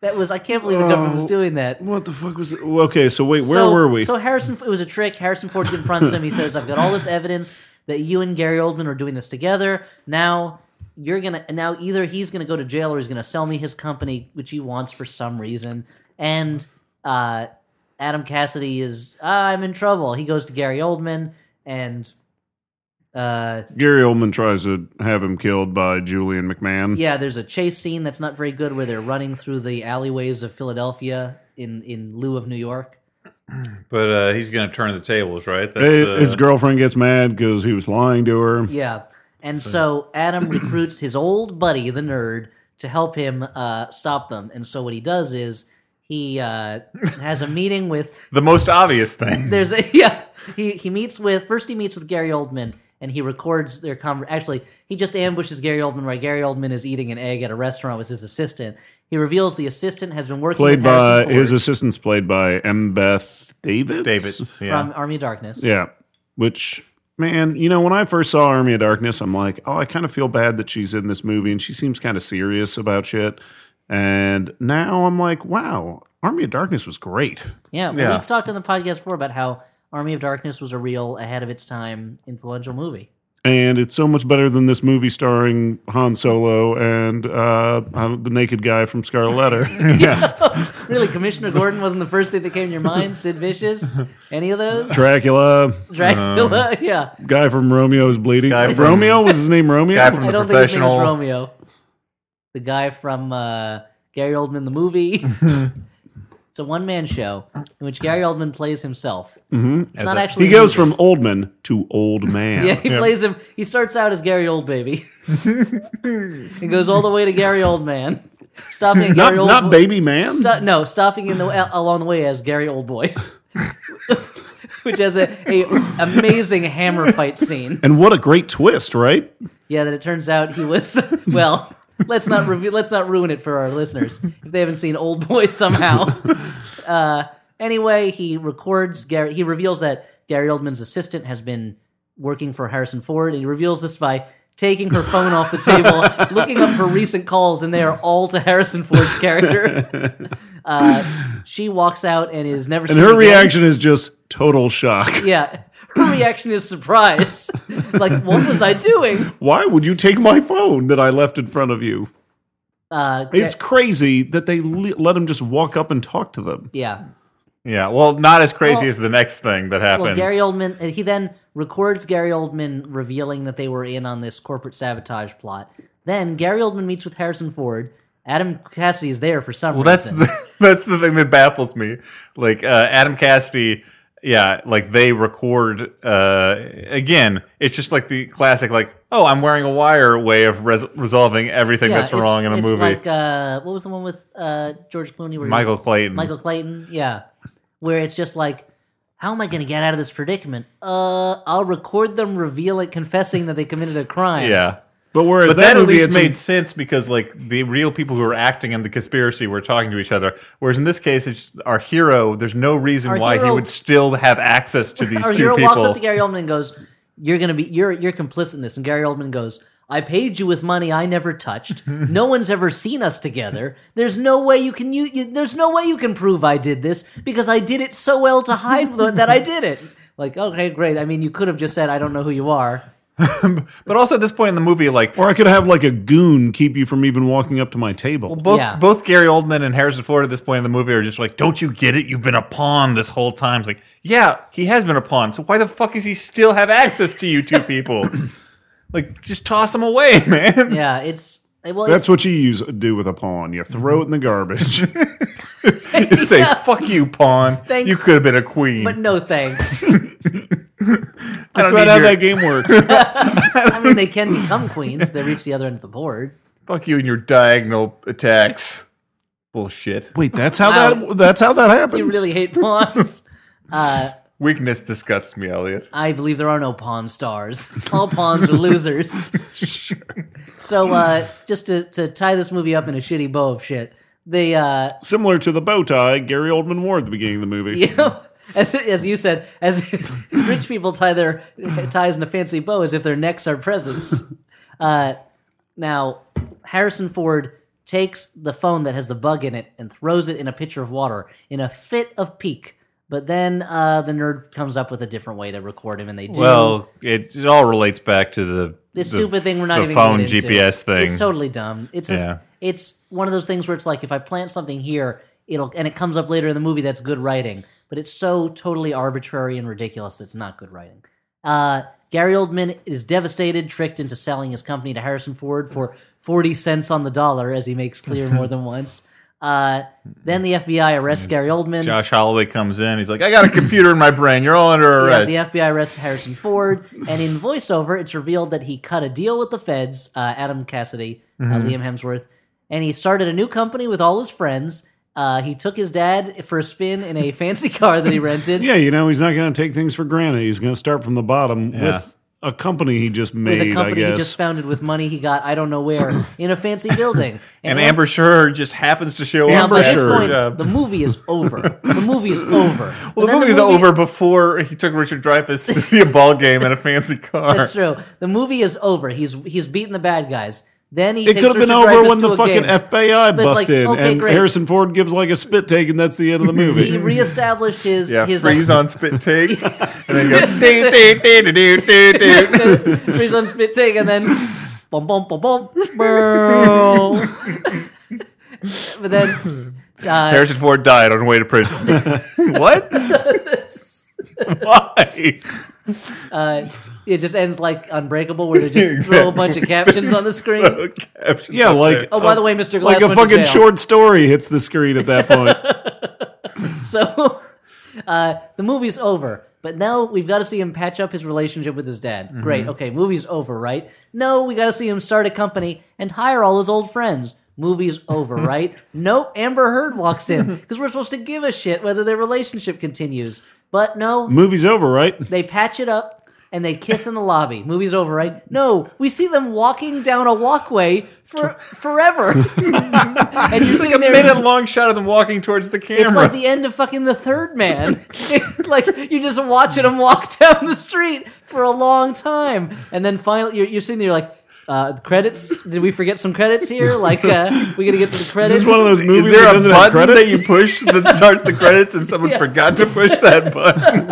S3: That was I can't believe the government
S1: Oh,
S3: was doing that.
S2: What the fuck was? It? Well, Okay, so wait, where
S3: so,
S2: were we?
S3: So Harrison, it was a trick. Harrison Ford confronts him. He says, "I've got all this evidence that you and Gary Oldman are doing this together. Now you're gonna. Now either he's gonna go to jail or he's gonna sell me his company, which he wants for some reason." And uh, Adam Cassidy is, ah, "I'm in trouble." He goes to Gary Oldman, and uh,
S2: Gary Oldman tries to have him killed by Julian McMahon.
S3: yeah, there's a chase scene that's not very good where they're running through the alleyways of Philadelphia in in lieu of New York.
S1: But uh, he's going to turn the tables, right? That's,
S2: Hey,
S1: uh,
S2: his girlfriend gets mad because he was lying to her.
S3: Yeah. And so Adam [CLEARS THROAT] recruits his old buddy, the nerd, to help him uh, stop them. And so what he does is he uh,
S2: [LAUGHS]
S3: has a meeting with.
S1: the most obvious [LAUGHS] thing.
S3: There's a [LAUGHS] yeah. He he meets with first he meets with Gary Oldman and he records their conver- Actually, he just ambushes Gary Oldman while Gary Oldman is eating an egg at a restaurant with his assistant. He reveals the assistant has been working
S2: Played
S3: with Harrison
S2: by his
S3: Ford
S2: assistant's played by M. Beth Davis.
S1: David's. Yeah.
S3: from Army of Darkness.
S2: Yeah. Which man, you know, when I first saw Army of Darkness, I'm like, oh, I kind of feel bad that she's in this movie and she seems kind of serious about shit. And now I'm like, wow, Army of Darkness was great.
S3: Yeah, well,
S1: Yeah.
S3: we've talked on the podcast before about how Army of Darkness was a real ahead of its time influential movie.
S2: And it's so much better than this movie starring Han Solo and uh, uh, the naked guy from Scarlet
S3: [LAUGHS]
S2: Letter. yeah.
S3: Really, Commissioner Gordon wasn't the first thing that came to your mind. Sid Vicious, any of those?
S2: Dracula,
S3: [LAUGHS] Dracula, yeah.
S2: guy from Romeo's Bleeding.
S1: Guy from-
S2: Romeo was his name Romeo?
S1: Guy from-
S3: I
S1: the
S3: don't think his name is
S1: professional-
S3: Romeo. The guy from uh, Gary Oldman the movie. it's a one man show in which Gary Oldman plays himself. Mm-hmm. It's not
S1: a-
S3: actually
S2: he
S3: a
S2: goes
S3: movie.
S2: from old man to old man.
S3: [LAUGHS] yeah he plays him. He starts out as Gary Old Baby. he goes all the way to Gary Old Man, stopping at
S2: Not,
S3: Gary Old
S2: not baby man.
S3: Sto- no, stopping in the along the way as Gary Oldboy, [LAUGHS] which has a, a amazing hammer fight scene.
S2: And what a great twist, right?
S3: Yeah, that it turns out he was [LAUGHS] well. Let's not review. Let's not ruin it for our listeners if they haven't seen
S2: [LAUGHS]
S3: Oldboy somehow. Uh, anyway, he records Gary. He reveals that Gary Oldman's assistant has been working for Harrison Ford. He reveals this by. Taking her phone off
S2: [LAUGHS]
S3: the table, looking up her recent calls, and they are all to Harrison Ford's character.
S2: [LAUGHS]
S3: Uh, she walks out and is never
S2: And her reaction is just total shock.
S3: yeah her reaction is surprise like what was i doing
S2: Why would you take my phone that I left in front of you?
S3: uh
S2: It's crazy that they le- let him just walk up and talk to them.
S3: yeah
S1: Yeah. Well, not as crazy
S3: Well-
S1: as the next thing that
S3: well
S1: happens.
S3: gary oldman uh, he then records gary oldman revealing that they were in on this corporate sabotage plot then gary oldman meets with harrison ford adam cassidy is there for some
S1: Well, that's
S3: reason
S1: the, [LAUGHS] that's the thing that baffles me. Like uh, Adam Cassidy, yeah, like they record uh, again. It's just like the classic, like oh, I'm wearing a wire way of res- resolving everything
S3: yeah,
S1: that's wrong in a
S3: it's
S1: movie.
S3: like uh what was the one with uh george clooney where he was-
S1: Michael Clayton.
S3: Michael Clayton, yeah. Where it's just like, how am I going to get out of this predicament? Uh, I'll record them revealing, confessing that they committed a crime.
S1: yeah.
S2: But whereas
S1: But that, at
S2: movie,
S1: least
S2: it's
S1: made sense because like the real people who are acting in the conspiracy were talking to each other. Whereas in this case, it's just our hero. There's no reason
S3: Our
S1: why he
S3: hero-
S1: would still have access
S3: [LAUGHS]
S1: to these
S3: Our
S1: two
S3: hero
S1: people.
S3: walks up to Gary Oldman and goes, "You're going to be, you're, you're complicit in this." And Gary Oldman goes, "I paid you with money I
S1: [LAUGHS]
S3: never touched. no one's ever seen us together. There's no way you can, you, you, there's no way you can prove I did this because I did it so well to hide the, that I did it." Like, okay, great. I mean, you could have just said, "I don't know who you are."
S1: but also at this point in the movie, like
S2: or I could have like a goon keep you from even walking up to my table.
S1: Both
S3: Yeah.
S1: both Gary Oldman and Harrison Ford at this point in the movie are just like, "Don't you get it? You've been a pawn this whole time." It's like, yeah, he has been a pawn. So why the fuck does he still have access to you two people? like, just toss him away, [LAUGHS]
S3: [LAUGHS]
S1: man.
S3: Yeah, it's well, it's
S2: That's what you use do with a pawn. You throw it in the
S3: Mm-hmm.
S2: garbage. [LAUGHS]
S1: You say,
S3: [LAUGHS] Yeah.
S1: "Fuck you, pawn.
S3: Thanks.
S1: You could have been a queen."
S3: but no thanks.
S1: I don't
S2: That's not
S1: need
S2: how
S1: your-
S2: that game works.
S3: I mean, they can become queens. They reach the other end of the board.
S1: fuck you and your diagonal attacks. Bullshit.
S2: Wait, that's how
S3: Wow.
S2: that that's how that happens.
S3: You really hate pawns. Uh,
S1: Weakness disgusts me, Elliot.
S3: I believe there are no pawn stars. All pawns are losers. So, uh, just to, to tie this movie up in a shitty bow of shit, they, uh, [LAUGHS]
S2: Similar to the bow tie Gary Oldman wore at the beginning of the movie.
S3: you know, as, as you said, as [LAUGHS] rich people tie their ties in a fancy bow as if their necks are presents. Uh, now, Harrison Ford takes the phone that has the bug in it and throws it in a pitcher of water in a fit of pique. But then uh, the nerd comes up with a different way to record him, and they do.
S1: Well, it, it all relates back to the,
S3: this
S1: the-
S3: stupid thing we're not
S1: the
S3: even
S1: phone
S3: getting into.
S1: GPS thing.
S3: It's totally dumb. It's a-
S1: Yeah.
S3: it's one of those things where it's like if I plant something here, it'll and it comes up later in the movie. That's good writing, but it's so totally arbitrary and ridiculous that's not good writing. Uh, Gary Oldman is devastated, tricked into selling his company to Harrison Ford for forty cents on the dollar, as he makes clear
S1: [LAUGHS]
S3: more than once. Uh, then the FBI arrests Gary Oldman.
S1: Josh Holloway comes in. He's like, I got a computer in my brain. You're all under
S3: Yeah,
S1: arrest.
S3: the FBI arrested Harrison Ford, and in voiceover, it's revealed that he cut a deal with the feds, uh, Adam Cassidy, uh,
S2: Mm-hmm.
S3: Liam Hemsworth, and he started a new company with all his friends. Uh, he took his dad for a spin in a fancy car that
S2: [LAUGHS]
S3: he rented
S2: Yeah, you know, he's not going to take things for granted. He's going to start from the bottom with a company he just made,
S3: with a company
S2: I
S3: he
S2: guess.
S3: just founded with money he got I don't know where in a fancy
S2: [LAUGHS]
S3: building.
S1: and
S3: Am-
S1: Amber Sure just happens to show
S3: now,
S1: up.
S3: by
S1: at
S3: this
S1: her
S3: point,
S1: job.
S3: the movie is over. The movie
S2: [LAUGHS]
S3: is over.
S1: Well, the
S3: And then
S1: movie's over before he took Richard Dreyfuss to see a ball game in a fancy car.
S3: That's true. The movie is over. He's he's beaten the bad guys. Then he
S2: It
S3: takes
S2: could have been
S3: Richard
S2: over
S3: Dreyfuss
S2: when
S3: to
S2: the
S3: a
S2: fucking
S3: game.
S2: FBI
S3: But it's like,
S2: busted
S3: okay,
S2: and
S3: great.
S2: Harrison Ford gives like a spit take and that's the end of
S3: [LAUGHS]
S2: the
S3: he
S2: movie.
S3: reestablished his
S1: Yeah,
S3: his
S1: freeze on spit take, and then goes. "Doo,
S3: Spit
S1: doo, doo, doo, doo, doo, doo."
S3: [LAUGHS] freeze on spit take, and then bum bum bum bum burl. [LAUGHS] but then uh,
S1: Harrison Ford died on the way to prison.
S2: [LAUGHS]
S1: what? Why?
S3: uh, it just ends like Unbreakable, where they just throw a bunch of captions on
S1: [LAUGHS]
S3: the screen.
S1: Captions
S2: yeah,
S1: up
S2: like
S3: Oh, by the way, Mr. Glass
S2: like a
S3: went to
S2: fucking
S3: jail.
S2: short story hits the screen at that
S3: [LAUGHS]
S2: point.
S3: So [LAUGHS] uh, the movie's over. But now we've got to see him patch up his relationship with his dad.
S1: Mm-hmm.
S3: Great. Okay, movie's over, right? No, we got to see him start a company and hire all his old friends. Movie's
S1: [LAUGHS]
S3: over, right? Nope, Amber Heard walks in because we're supposed to give a shit whether their relationship continues. But no,
S2: Movie's over, right?
S3: they patch it up and they kiss in the lobby. Movie's over, right? No, we see them walking down a walkway
S1: [LAUGHS]
S3: for forever. [LAUGHS] and you're
S1: It's like a
S3: sitting there
S1: minute long shot of them walking towards the camera.
S3: it's like the end of fucking the third man. [LAUGHS] like you're just watching him walk [LAUGHS] down the street for a long time, and then finally you're, you're sitting there like, uh, credits. Did we forget some credits here? Like uh, we got to get to the credits.
S2: [LAUGHS] This is one
S3: [LAUGHS]
S2: of those movies
S1: Is there
S2: that
S1: a
S2: doesn't have
S1: button that
S2: credits.
S1: you push that starts the credits and someone
S3: [LAUGHS] Yeah.
S1: forgot to push that
S2: [LAUGHS]
S1: button?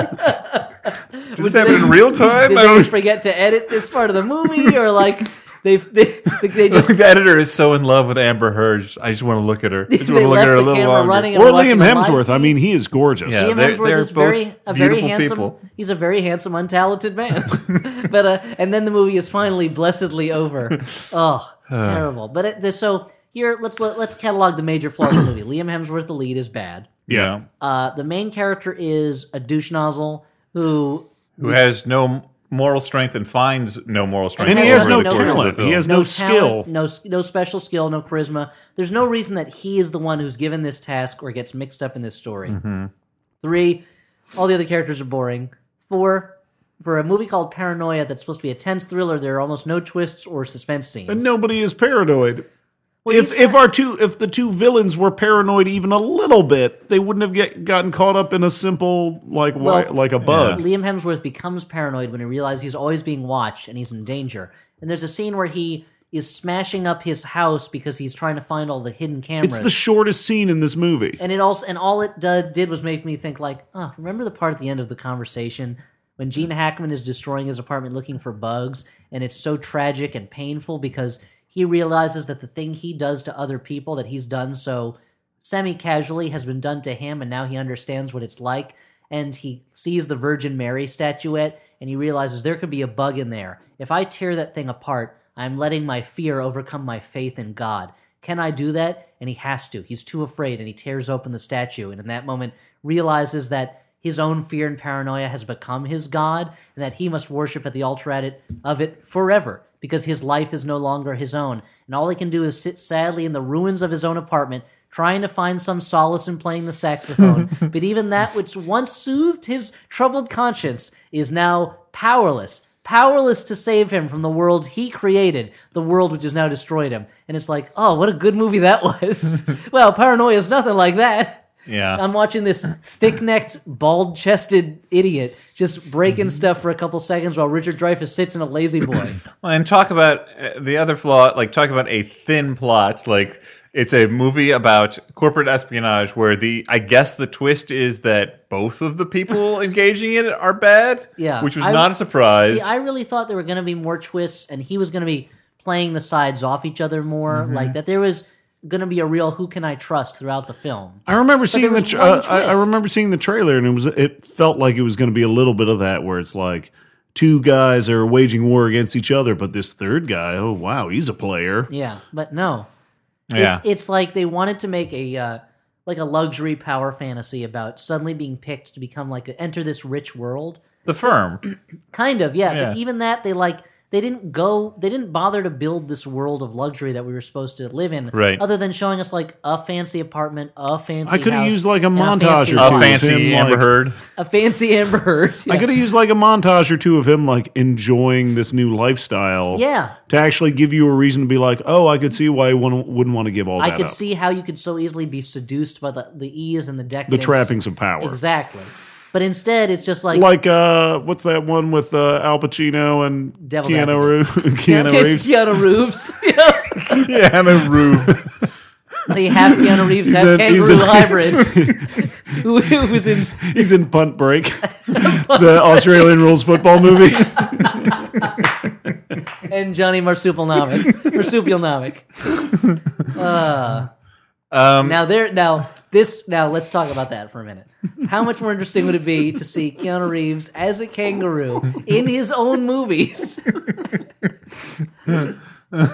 S1: Did this happen in real time?
S3: Did
S1: I
S3: they
S1: don't-
S3: forget to edit this part of the movie, or like they they,
S2: [LAUGHS]
S3: they just
S1: the editor is so in love with Amber Heard. I just want to look at her. I just want
S3: [LAUGHS] they
S1: to look
S3: left
S1: at her a
S3: the
S1: little
S3: camera
S1: longer.
S3: running?
S2: [LAUGHS]
S3: and
S2: Or
S3: watching
S2: Liam
S3: them live.
S2: Hemsworth. I mean, he is gorgeous.
S1: Yeah.
S3: Liam
S1: they're-
S3: Hemsworth
S1: they're
S3: is very
S1: both
S3: a very
S1: beautiful
S3: handsome.
S1: people.
S3: He's a very handsome, untalented man.
S1: [LAUGHS]
S3: but uh, and then the movie is finally blessedly over. Oh,
S1: Uh.
S3: terrible! But it, the, so here, let's let, let's catalog the major flaws of the
S1: [COUGHS]
S3: movie. Liam Hemsworth, the lead, is bad.
S1: Yeah.
S3: Uh, the main character is a douche nozzle who
S1: Who has no moral strength and finds no moral strength.
S2: And he
S1: over
S2: has no
S1: the course of the
S2: talent. He
S1: film.
S2: has no, skill.
S3: talent, no s- no special skill, no charisma. There's no reason that he is the one who's given this task or gets mixed up in this story.
S2: Mm-hmm.
S3: Three, all the other characters are boring. Four, for a movie called Paranoia that's supposed to be a tense thriller, there are almost no twists or suspense scenes.
S2: And nobody is paranoid.
S3: Well,
S2: if
S3: he's-
S2: if our two if the two villains were paranoid even a little bit, they wouldn't have get, gotten caught up in a simple like wi-
S3: Well-
S2: like a bug.
S3: Liam Hemsworth becomes paranoid when he realizes he's always being watched and he's in danger. And there's a scene where he is smashing up his house because he's trying to find all the hidden cameras.
S2: It's the shortest scene in this movie.
S3: and it also and all it do, did was make me think like oh remember the part at the end of the conversation when gene hackman is destroying his apartment looking for bugs and it's so tragic and painful because he realizes that the thing he does to other people that he's done so semi-casually has been done to him and now he understands what it's like and he sees the virgin mary statuette and he realizes there could be a bug in there if i tear that thing apart i'm letting my fear overcome my faith in god can I do that? And he has to. He's too afraid and he tears open the statue and in that moment realizes that his own fear and paranoia has become his god and that he must worship at the altar at it, of it forever because his life is no longer his own. And all he can do is sit sadly in the ruins of his own apartment trying to find some solace in playing the saxophone. but even that which once soothed his troubled conscience is now powerless powerless to save him from the world he created, the world which has now destroyed him. And it's like, oh, what a good movie that was. well, Paranoia is nothing like that.
S1: Yeah.
S3: I'm watching this thick necked, bald chested idiot just breaking stuff for a couple seconds while Richard Dreyfuss sits in a lazy boy.
S1: Well, and talk about uh, the other flaw, like talk about a thin plot, like It's a movie about corporate espionage where the I guess the twist is that both of the
S3: [LAUGHS]
S1: people engaging in it are bad.
S3: Yeah.
S1: which was
S3: I-
S1: not a surprise.
S3: See, I really thought there were going to be more twists, and he was going to be playing the sides off each other more.
S2: Mm-hmm.
S3: Like that, there was going to be a real "who can I trust" throughout the film.
S2: I remember seeing the
S3: was
S2: tra-
S3: one
S2: uh, I, I
S3: twist.
S2: remember seeing the trailer and it was it felt like it was going to be a little bit of that where it's like two guys are waging war against each other but this third guy oh wow he's a player
S3: Yeah, but no,
S1: yeah,
S3: it's, it's like they wanted to make a uh, like a luxury power fantasy about suddenly being picked to become like enter this rich world.
S1: the
S3: [CLEARS THROAT]
S1: firm.
S3: Kind of, yeah.
S1: Yeah.
S3: But even that, they like they didn't go. They didn't bother to build this world of luxury that we were supposed to live in.
S1: Right.
S3: Other than showing us like a fancy apartment, a fancy.
S2: I could have
S3: house,
S2: used like a
S3: and
S2: montage
S3: fancy
S2: or
S1: A
S2: two.
S3: bar.
S1: fancy
S2: him,
S1: Amber
S2: like-
S3: [LAUGHS]
S1: Heard. [LAUGHS]
S3: a fancy Amber Heard.
S2: I
S3: Yeah.
S2: could have used like a montage or two of him like enjoying this new lifestyle
S3: Yeah.
S2: to actually give you a reason to be like oh I could see why he wouldn't, wouldn't want to give all
S3: I
S2: that
S3: could
S2: up
S3: see how you could so easily be seduced by the, the ease and the
S2: the
S3: decadence.
S2: trappings of power
S3: Exactly. But instead, it's just like,
S2: like uh what's that one with uh, Al Pacino and
S3: Devil's
S2: Keanu, Roo- Keanu
S3: Okay,
S2: Reeves [LAUGHS]
S3: Keanu Reeves. [LAUGHS] Yeah.
S1: yeah, and a roof.
S3: they have Keanu Reeves have
S2: in- he's
S3: kangaroo
S2: in- [LAUGHS]
S3: hybrid. [LAUGHS] who, who's in?
S2: He's in Punt
S3: [LAUGHS]
S2: Break, [LAUGHS] the Australian rules football movie. [LAUGHS]
S3: And Johnny Marsupialnomic. Marsupialnomic.
S1: Um,
S3: Uh, Now there. Now this. Now let's talk about that for a minute. How much more interesting would it be to see Keanu Reeves as a kangaroo in his own movies? [LAUGHS]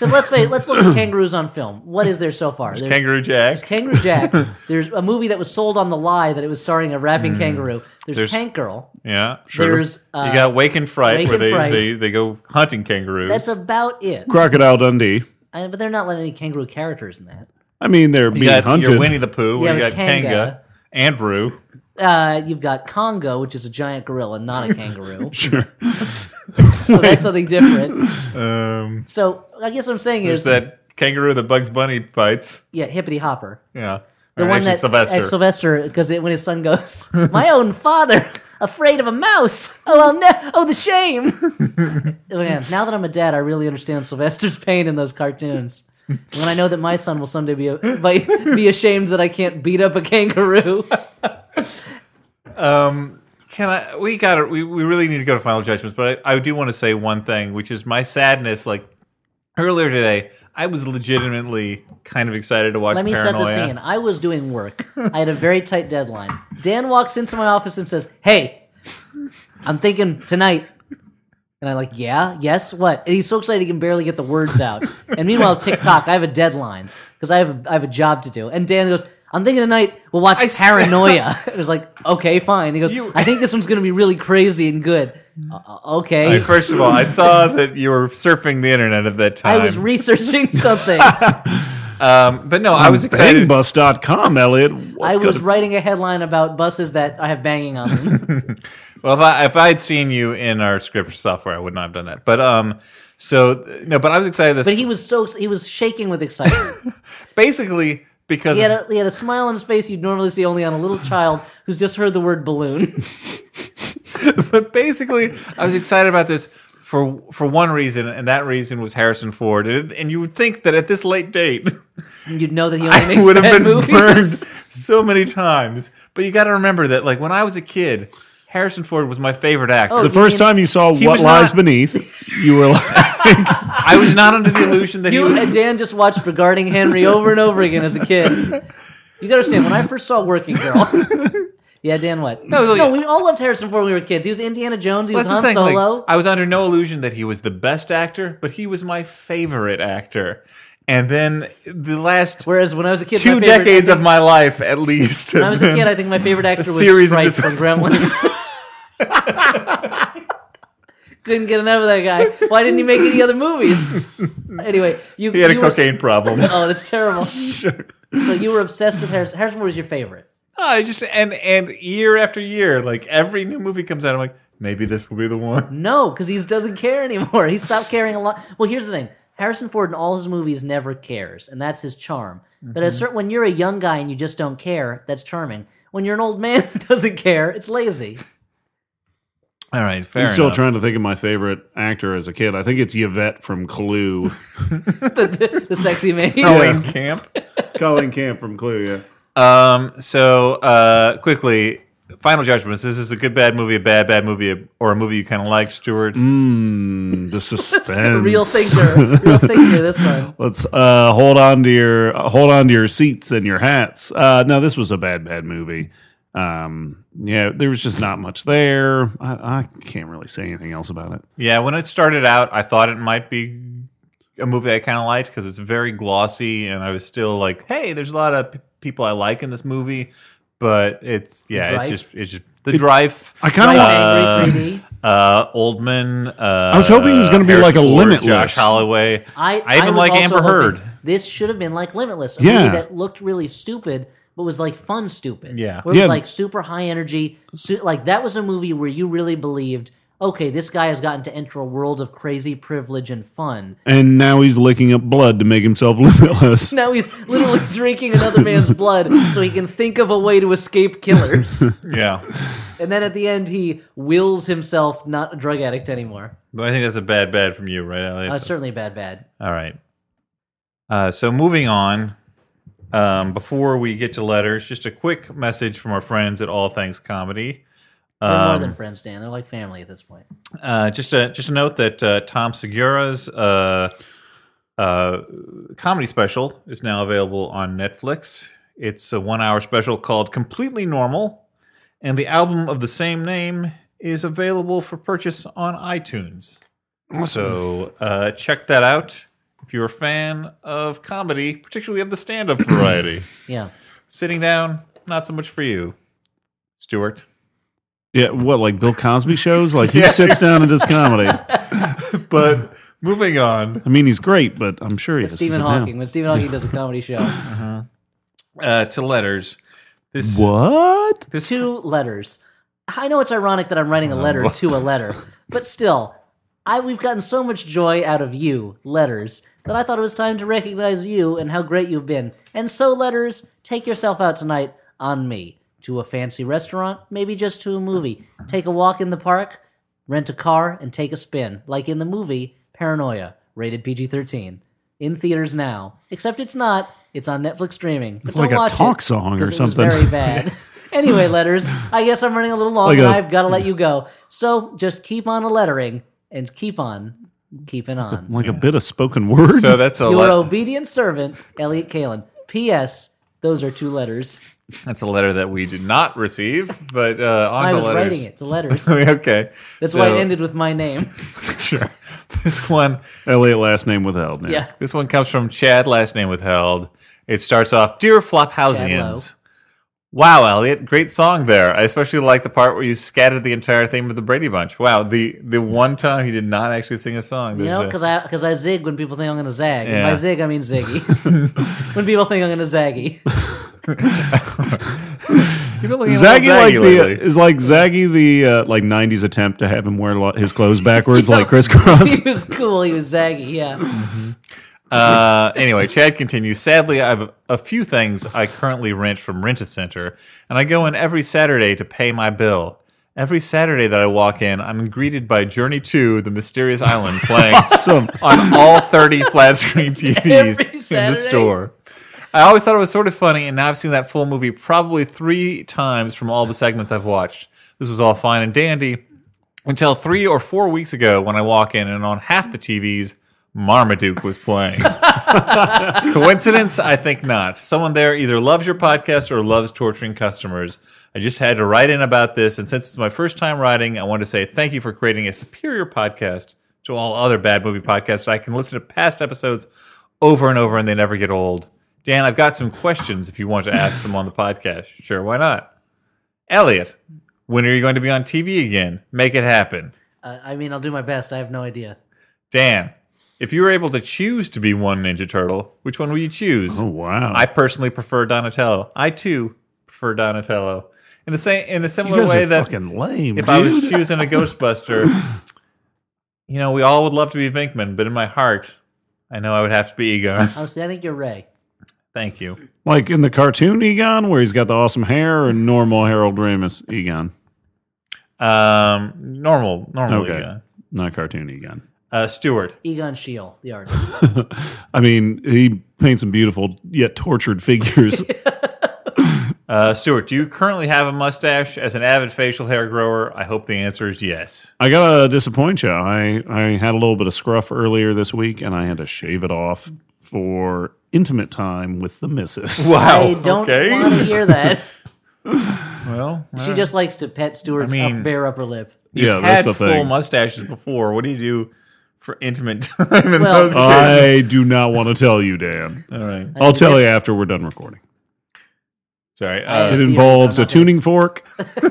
S3: Because let's face, let's look at kangaroos on film. What is there so far?
S1: [LAUGHS]
S3: There's
S1: Kangaroo Jack.
S3: Kangaroo Jack. There's a movie that was sold on the lie that it was starring a rapping kangaroo. There's,
S1: Mm. There's-
S3: Tank Girl.
S1: yeah,
S3: There's uh,
S1: you got Wake and Fright,
S3: Wake
S1: where
S3: and
S1: they,
S3: Fright.
S1: they they go hunting kangaroos.
S3: that's about it.
S2: Crocodile Dundee.
S3: I, but they're not letting any kangaroo characters in that.
S2: I mean, they're
S1: you
S2: being
S1: got your
S2: hunted.
S1: Winnie the Pooh, where
S3: Yeah,
S1: you got
S3: but Kanga.
S1: Kanga and Roo.
S3: Uh, you've got Congo, which is a giant gorilla, not a
S1: [LAUGHS]
S3: kangaroo.
S2: [LAUGHS] sure.
S3: so that's something different.
S1: Um,
S3: So I guess what I'm saying
S1: there's
S3: is,
S1: that kangaroo that Bugs Bunny fights.
S3: yeah, hippity hopper.
S1: Yeah.
S3: The
S1: Or
S3: one
S1: actually
S3: that
S1: Sylvester.
S3: as Sylvester, because when his
S1: [LAUGHS]
S3: son goes, my own father, [LAUGHS] afraid of a mouse. Oh, I'll ne- oh,
S1: [LAUGHS]
S3: the shame. Oh, man, now that I'm a dad, I really understand Sylvester's pain in those cartoons. When I know that my son will someday be a, [LAUGHS] might be ashamed that I can't beat up a kangaroo. [LAUGHS]
S1: Um, can I? We got to We, we really need to go to final judgments, but I, I do want to say one thing, which is my sadness. Like earlier today, I was legitimately kind of excited to watch
S3: Let me
S1: Paranoia.
S3: set the scene. I was doing work. I had a very tight deadline. Dan walks into my office and says, "Hey, I'm thinking tonight." And I'm like, "Yeah, yes, what?" And he's so excited he can barely get the words out. And meanwhile, TikTok, I have a deadline because I have a, I have a job to do. And Dan goes, "I'm thinking tonight we'll watch
S1: s- [LAUGHS]
S3: Paranoia." it was like, "Okay, fine." He goes,
S1: You-
S3: "I think this one's going to be really crazy and good." Uh, uh, okay.
S1: I- first of all, I saw that you were surfing the internet at that
S3: I
S1: time.
S3: was
S1: [LAUGHS]
S3: researching something.
S1: um, but no, I was excited.
S2: Bangbus.com, Elliot. What
S3: I
S2: could
S3: was
S2: have-
S3: writing a headline about buses that I have banging on them.
S1: Well, if I if I had seen you in our script software, I would not have done that. But um, so no, but I was excited. This
S3: But he was so he was shaking with excitement.
S1: basically because
S3: He had a, he had a smile on his face you'd normally see only on a little child who's just heard the word balloon.
S1: but basically, I was excited about this for for one reason, and that reason was Harrison Ford. And, and you would think that at this late date,
S3: And you'd know [LAUGHS] that he only
S1: I
S3: makes
S1: would have
S3: bad
S1: been
S3: movies.
S1: burned so many times. But you got to remember that, like when I was a kid, Harrison Ford was my favorite actor.
S3: Oh,
S2: the first
S3: You mean-
S2: time you saw What
S1: was
S2: Lies
S1: not-
S2: Beneath, you were
S3: [LAUGHS]
S2: like,
S1: I was not under the illusion that he
S3: You
S1: was.
S3: and Dan just watched Regarding Henry over and over again as a kid. You gotta understand when I first saw Working Girl.
S1: [LAUGHS]
S3: yeah, Dan, what?
S1: No, yeah.
S3: we all loved Harrison Ford when we were kids. He was Indiana Jones. He
S1: That's
S3: was
S1: the
S3: Han
S1: thing. like,
S3: Solo.
S1: I was under no illusion that he was the best actor, but he was my favorite actor. And then the last
S3: Whereas when I was a kid,
S1: two
S3: my favorite-
S1: decades
S3: I
S1: of
S3: think-
S1: my life, at least.
S3: When I was a kid, I think my favorite actor was
S1: series of
S3: Sprite
S1: the-
S3: from Gremlins. [LAUGHS] Couldn't get enough of that guy. Why didn't he make any other movies? Anyway,
S1: [LAUGHS]
S3: you
S1: he had a
S3: you were-
S1: cocaine
S3: [LAUGHS]
S1: problem.
S3: oh, that's terrible. So you were obsessed with Harrison. Harrison was your favorite.
S1: Oh, I just and and year after year, like every new movie comes out, I'm like, maybe this will be the one.
S3: No, because he doesn't care anymore. [LAUGHS] He stopped caring a lot. Well, here's the thing: Harrison Ford in all his movies never cares, and that's his charm. But
S1: Mm-hmm.
S3: at a certain, when you're a young guy and you just [LAUGHS] don't care, that's charming. When you're an old man who doesn't care, it's lazy.
S1: All right, fair
S2: I'm still
S1: enough.
S2: trying to think of my favorite actor as a kid. I think it's Yvette from
S3: [LAUGHS]
S2: Clue.
S3: [LAUGHS] the, the sexy maid.
S1: Going camp.
S2: Colin Camp from Clue, yeah.
S1: Um, so uh, quickly, final judgments. This is a good bad movie, a bad bad movie, or a movie you kind of like, Stuart.
S3: [LAUGHS]
S2: Mm, the suspense.
S3: Real thinker, real thinker. This
S1: [LAUGHS]
S3: one.
S2: Let's uh, hold on to your uh, hold on to your seats and your hats. Uh, no, this was a bad, bad movie. Um, yeah, there was just not much there. I, I can't really say anything else about it.
S1: Yeah, when it started out, I thought it might be a movie I kind of liked because it's very glossy, and I was still like, "Hey, there's a lot of p- people I like in this movie," but it's yeah,
S3: Drive?
S1: it's just it's just the drive.
S2: I kind of
S3: Right,
S2: want
S1: Uh,
S3: angry 3D.
S1: Uh, Oldman. Uh, I
S2: was hoping it was gonna be like a
S1: Josh
S2: Limitless.
S1: Holloway.
S3: I,
S1: I even
S3: was
S1: like
S3: also
S1: Amber
S3: hoping
S1: Heard.
S3: This should have been like Limitless, a
S2: Yeah.
S3: movie that looked really stupid, but was like fun stupid.
S1: Yeah.
S3: where it
S2: Yeah.
S3: was like super high energy. Su- like that was a movie where you really believed, okay, this guy has gotten to enter a world of crazy privilege and fun.
S2: And now he's licking up blood to make himself [LAUGHS] limitless.
S3: Now he's
S1: [LAUGHS]
S3: literally drinking another man's blood so he can think of a way to
S1: [LAUGHS]
S3: escape killers.
S1: Yeah,
S3: and then at the end, he wills himself not a drug addict anymore.
S1: but I think that's a bad bad from you, right, Elliot?
S3: Uh, certainly bad, bad.
S1: All right. Uh, so moving on. Um, before we get to letters, just a quick message from our friends at All Things Comedy.
S3: They're more
S1: Um,
S3: than friends, Dan. They're like family at this point.
S1: Uh, just a just a note that uh, Tom Segura's uh, uh, comedy special is now available on Netflix. It's a one hour special called Completely Normal, and the album of the same name is available for purchase on iTunes. So uh, check that out if you're a fan of comedy, particularly of the stand up variety.
S3: Yeah.
S1: Sitting down, not so much for you, Stuart.
S2: Yeah, what like Bill Cosby shows? Like he sits down and does comedy. I
S1: But moving on.
S2: mean, he's great, but I'm sure he has to
S3: Stephen
S2: sit down.
S3: Hawking. When Stephen Hawking does a comedy show,
S1: uh, to letters. This
S2: What?
S1: this
S3: two letters. I know it's ironic that I'm writing a letter to a letter, but still, I we've gotten so much joy out of you, letters, that I thought it was time to recognize you and how great you've been. And so, letters, take yourself out tonight on me to a fancy restaurant, maybe just to a movie. Take a walk in the park, rent a car, and take a spin, like in the movie Paranoia, rated PG-13, in theaters now. Except it's not. It's on Netflix streaming. It's
S2: like a talk song or something.
S3: very bad. [LAUGHS] anyway, letters. I guess I'm running a little long,
S2: Like
S3: and
S2: a-
S3: i I've got to let you go. So just keep on a lettering and keep on keeping on.
S2: Like a bit of spoken word.
S1: so
S2: [LAUGHS]
S1: that's [LAUGHS] a
S3: Your
S1: le-
S3: obedient servant, Elliot Kalen. P.S. Those are two letters.
S1: that's a letter that we did not receive, but uh, on
S3: I
S1: to
S3: was
S1: letters.
S3: writing it
S1: [LAUGHS]
S3: to letters.
S1: okay,
S3: That's
S1: So-
S3: why it ended with my
S1: [LAUGHS]
S3: name. [LAUGHS]
S1: sure. This one
S2: Elliot last name withheld. Now.
S3: Yeah.
S1: this one comes from Chad, last name withheld. It starts off, dear Flophousians. Wow, Elliot, great song there. I especially like the part where you scattered the entire theme of the Brady Bunch. Wow, the the one time he did not actually sing a song.
S3: You know,
S1: There's a-
S3: because I because I zig when people think I'm gonna zag. And
S1: Yeah.
S3: by zig I mean ziggy.
S1: [LAUGHS]
S3: [LAUGHS] when people think I'm gonna zaggy. [LAUGHS]
S1: You've been looking a little
S2: Zaggy like the
S1: lately.
S2: is like Zaggy the uh, like '90s attempt to have him wear lo- his clothes backwards like crisscross.
S3: [LAUGHS] he was cool. He was zaggy. Yeah.
S1: Uh, anyway, Chad continues. Sadly, I have a few things I currently rent from Rent a Center, and I go in every Saturday to pay my bill. Every Saturday that I walk in, I'm greeted by Journey to the Mysterious Island
S3: [LAUGHS]
S1: playing
S2: Awesome.
S1: on all 30 flat screen TVs
S3: Every
S1: in the
S3: Saturday?
S1: store. I always thought it was sort of funny, and now I've seen that full movie probably three times from all the segments I've watched. This was all fine and dandy until three or four weeks ago when I walk in and on half the TVs, Marmaduke was playing. Coincidence? I think not. Someone there either loves your podcast or loves torturing customers. I just had to write in about this, and since it's my first time writing, I want to say thank you for creating a superior podcast to all other bad movie podcasts. I can listen to past episodes over and over, and they never get old. Dan, I've got some questions if you want to ask them on the podcast. Sure, why not? Elliot, when are you going to be on TV again? Make it happen.
S3: Uh, I mean, I'll do my best. I have no idea.
S1: Dan, if you were able to choose to be one Ninja Turtle, which one would you choose?
S2: Oh wow!
S1: I personally prefer Donatello. I too prefer Donatello. In the same in a
S2: you
S1: similar
S2: guys
S1: way
S2: are
S1: that
S2: fucking lame.
S1: if I was
S2: dude. [LAUGHS]
S1: choosing a Ghostbuster, you know, we all would love to be Vinkman, but in my heart, I know I would have to be
S2: [LAUGHS]
S1: Egon.
S3: Honestly, I think you're Ray.
S1: Thank you.
S2: like in the cartoon Egon, where he's got the awesome hair, and normal Harold Ramis Egon.
S1: Um, normal, normal
S2: Okay.
S1: Egon.
S2: Not cartoony again.
S1: Uh, Stewart.
S3: Egon Shiel, the artist.
S2: I mean, he paints some beautiful yet tortured figures.
S1: Uh, Stuart, do you currently have a mustache? As an avid facial hair grower, I hope the answer is
S2: [LAUGHS]
S1: yes.
S2: I gotta disappoint you. I I had a little bit of scruff earlier this week, and I had to shave it off for intimate time with
S1: [LAUGHS]
S2: the missus.
S3: I don't
S1: okay. [LAUGHS]
S3: want to hear that.
S1: Well,
S3: She just likes to pet Stewart's
S1: I mean-
S3: up, bare upper lip.
S2: yeah,
S1: I've
S2: that's
S1: had
S2: the
S1: full
S2: thing.
S1: mustaches before. What do you do for intimate [LAUGHS] time in
S3: Well-
S1: those?
S2: Uh, I do not want to tell you, Dan.
S1: All right,
S2: I'll tell you after we're done recording.
S1: sorry.
S3: I-
S2: It
S1: Uh,
S3: Yeah,
S2: involves
S3: I'm
S2: a
S3: not gonna-
S2: tuning
S3: [LAUGHS]
S2: fork.
S3: and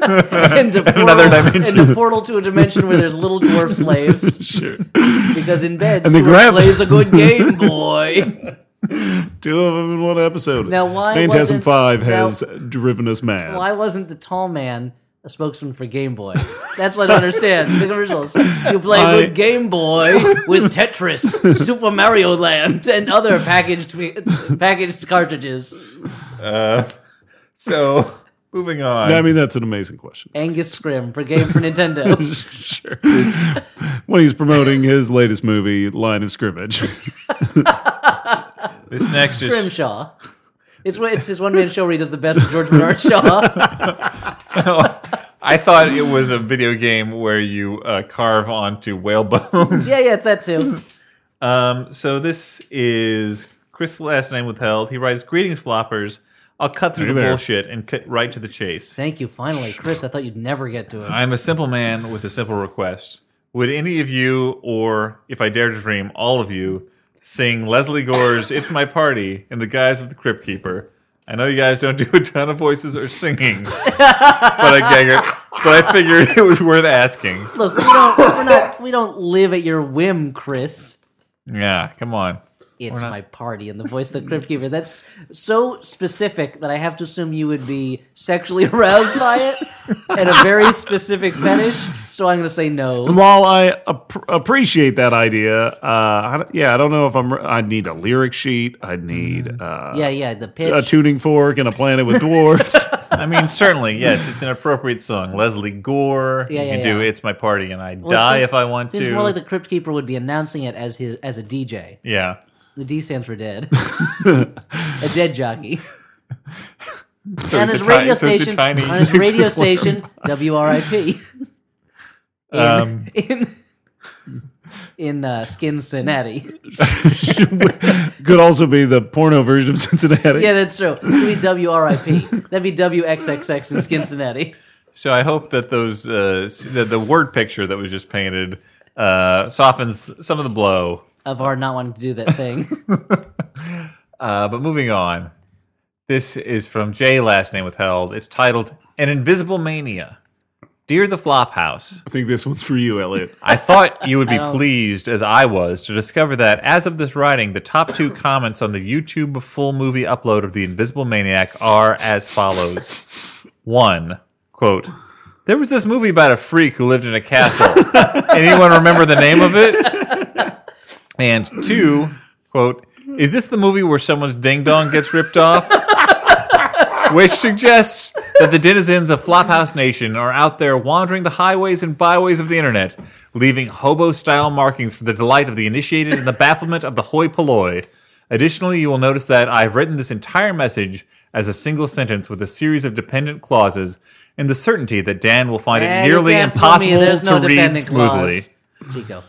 S3: a
S1: [LAUGHS]
S3: portal,
S1: Another dimension.
S3: And a portal to a dimension where there's little dwarf slaves.
S2: Sure.
S3: Because in bed,
S2: they
S3: Stewart
S1: [LAUGHS]
S2: grab-
S3: plays a good game, boy.
S2: Two of them in one episode.
S3: Now, why
S2: Phantasm
S3: wasn't-
S2: Five
S3: now-
S2: has driven us mad.
S3: Why wasn't the tall man a spokesman for Game Boy? That's what I don't understand. The commercials. You play
S2: I-
S3: good Game Boy with Tetris, Super Mario Land, and other packaged packaged cartridges.
S1: uh, so moving on.
S2: I mean, that's an amazing question.
S3: Angus Scrim for Game for Nintendo.
S2: [LAUGHS] sure. when he's promoting his latest movie, Line of Scrimmage.
S1: this next is
S3: Scrimshaw. It's where- it's his one man show where he does the best of George Bernard Shaw.
S1: I thought it was a video game where you uh, carve onto [LAUGHS] whalebone.
S3: Yeah, yeah, it's that too.
S1: Um, so this is Chris' last name withheld. He writes, "Greetings, floppers. I'll cut through
S2: Hey
S1: the
S2: there.
S1: bullshit and cut right to the chase.
S3: Thank you, finally, Chris. I thought you'd never get to it.
S1: I'm a simple man with a simple request. Would any of you, or if I dare to dream, all of you, sing Leslie Gore's "It's My Party" in the guise of the Crypt Keeper? I know you guys don't do a ton of voices or
S3: [LAUGHS]
S1: singing, but I figured, but I figured it was worth asking.
S3: Look, we don't, we're not, we don't live at your whim, Chris.
S1: Yeah, come on.
S3: It's my party and the voice of the Crypt Keeper. That's so specific that I have to assume you would be sexually [LAUGHS] aroused by it and a very specific fetish. So I'm going to say no.
S2: While I ap- appreciate that idea, uh, I, don't- yeah, I don't know if I'm. I would need a lyric sheet. I'd need uh,
S3: Yeah, Mm-hmm. yeah, the
S2: a
S3: pitch.
S2: tuning fork and a planet
S3: [LAUGHS]
S2: with dwarfs.
S1: I mean, certainly, yes, it's an appropriate song. Leslie Gore.
S3: Yeah,
S1: you
S3: yeah,
S1: can do
S3: yeah.
S1: "It's My Party" and I
S3: Well, it
S1: die
S3: seems-
S1: if I want
S3: seems
S1: to.
S3: more like the Crypt Keeper would be announcing it as his as a DJ.
S1: yeah,
S3: The D stands
S1: [LAUGHS]
S3: for dead, a dead jockey.
S1: so
S3: on
S1: it's
S3: his
S1: a ti-
S3: radio
S1: so it's a
S3: station,
S1: tiny-
S3: on
S1: [LAUGHS]
S3: his radio station, WRIP. In
S1: Um,
S3: in in uh, Cincinnati.
S1: [LAUGHS]
S2: Could also be the porno version of [LAUGHS] Cincinnati.
S3: Yeah, that's true. It'd be WRIP. That'd be WXXX in Cincinnati.
S1: So I hope that those uh, s- that the word picture that was just painted uh, softens some of the blow.
S3: Of our not wanting to do
S1: [LAUGHS]
S3: that thing.
S1: Uh, but moving on, this is from J last name withheld. It's titled "An Invisible Mania." Dear the Flophouse,
S2: I think this one's for you, Elliot.
S1: I thought you would be
S3: don't-
S1: pleased, as I was, to discover that as of this writing, the top two comments on the YouTube full movie upload of The Invisible Maniac are as follows. One, quote, there was this movie about a freak who lived in a castle. Anyone remember the name of it? And two, quote, is this the movie where someone's ding dong gets ripped off? [LAUGHS] which suggests that the denizens of Flophouse Nation are out there wandering the highways and byways of the internet, leaving hobo style markings for the delight of the initiated and the bafflement of the hoi polloi. Additionally, you will notice that I've written this entire message as a single sentence with a series of dependent clauses in the certainty that Dan will find
S3: Eh,
S1: it
S3: you
S1: nearly
S3: can't fool me.
S1: impossible
S3: There's no
S1: to read
S3: dependent
S1: smoothly.
S3: clause. Chico.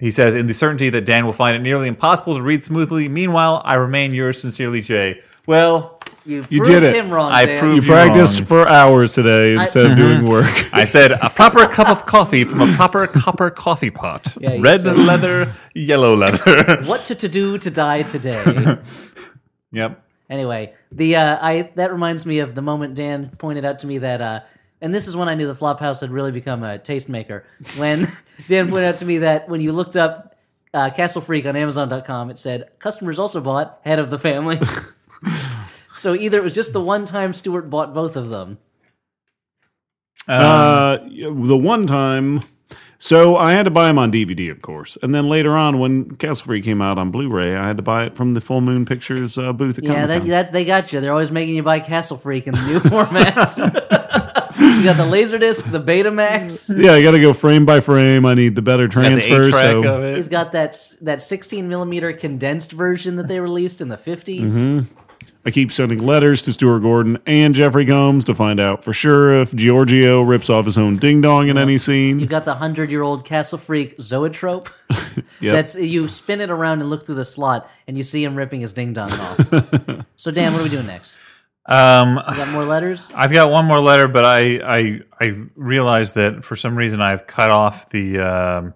S1: He says, in the certainty that Dan will find it nearly impossible to read smoothly. Meanwhile, I remain yours sincerely, Jay. Well,
S3: You, proved
S2: You did it.
S3: him wrong,
S1: I
S3: Dan.
S1: proved-
S2: You
S1: You're
S2: practiced
S1: wrong.
S2: for hours today instead of
S3: [LAUGHS]
S2: doing work.
S1: I said a proper cup of coffee from a proper copper coffee pot.
S3: [LAUGHS] Yeah, you
S1: Red
S3: said-
S1: leather, yellow leather. [LAUGHS]
S3: What to, to do to die today.
S1: yep.
S3: anyway, the uh, I that reminds me of the moment Dan pointed out to me that uh, and this is when I knew the Flophouse had really become a tastemaker. When [LAUGHS] Dan pointed out to me that when you looked up uh, Castle Freak on Amazon.com, it said customers also bought Head of the Family. [LAUGHS] so either it was just the one time Stewart bought both of them.
S2: Uh, the one time. So I had to buy them on DVD, of course, and then later on, when Castle Freak came out on Blu-ray, I had to buy it from the Full Moon Pictures uh, booth. At
S3: Yeah,
S2: Comic-Con.
S3: [LAUGHS] that, that's they got you. They're always making you buy Castle Freak in the new formats. You got the Laserdisc, the Betamax.
S2: Yeah, I got to go frame by frame. I need the better
S1: Got the
S2: transfer.
S1: eight-track
S2: so
S1: of it.
S3: He's got that s- that 16 millimeter condensed version that they released in the 50s.
S1: Mm-hmm.
S2: I keep sending letters to Stuart Gordon and Jeffrey Combs to find out for sure if Giorgio rips off his own ding dong in any
S3: You
S2: scene.
S3: got the hundred year old Castle Freak
S1: [LAUGHS]
S3: Zoetrope. That's you spin it around and look through the slot, and you see him ripping his ding dong off.
S1: [LAUGHS]
S3: so Dan, what are we doing next?
S1: Um,
S3: You got more letters?
S1: I've got one more letter, but I I I realized that for some reason I've cut off the um,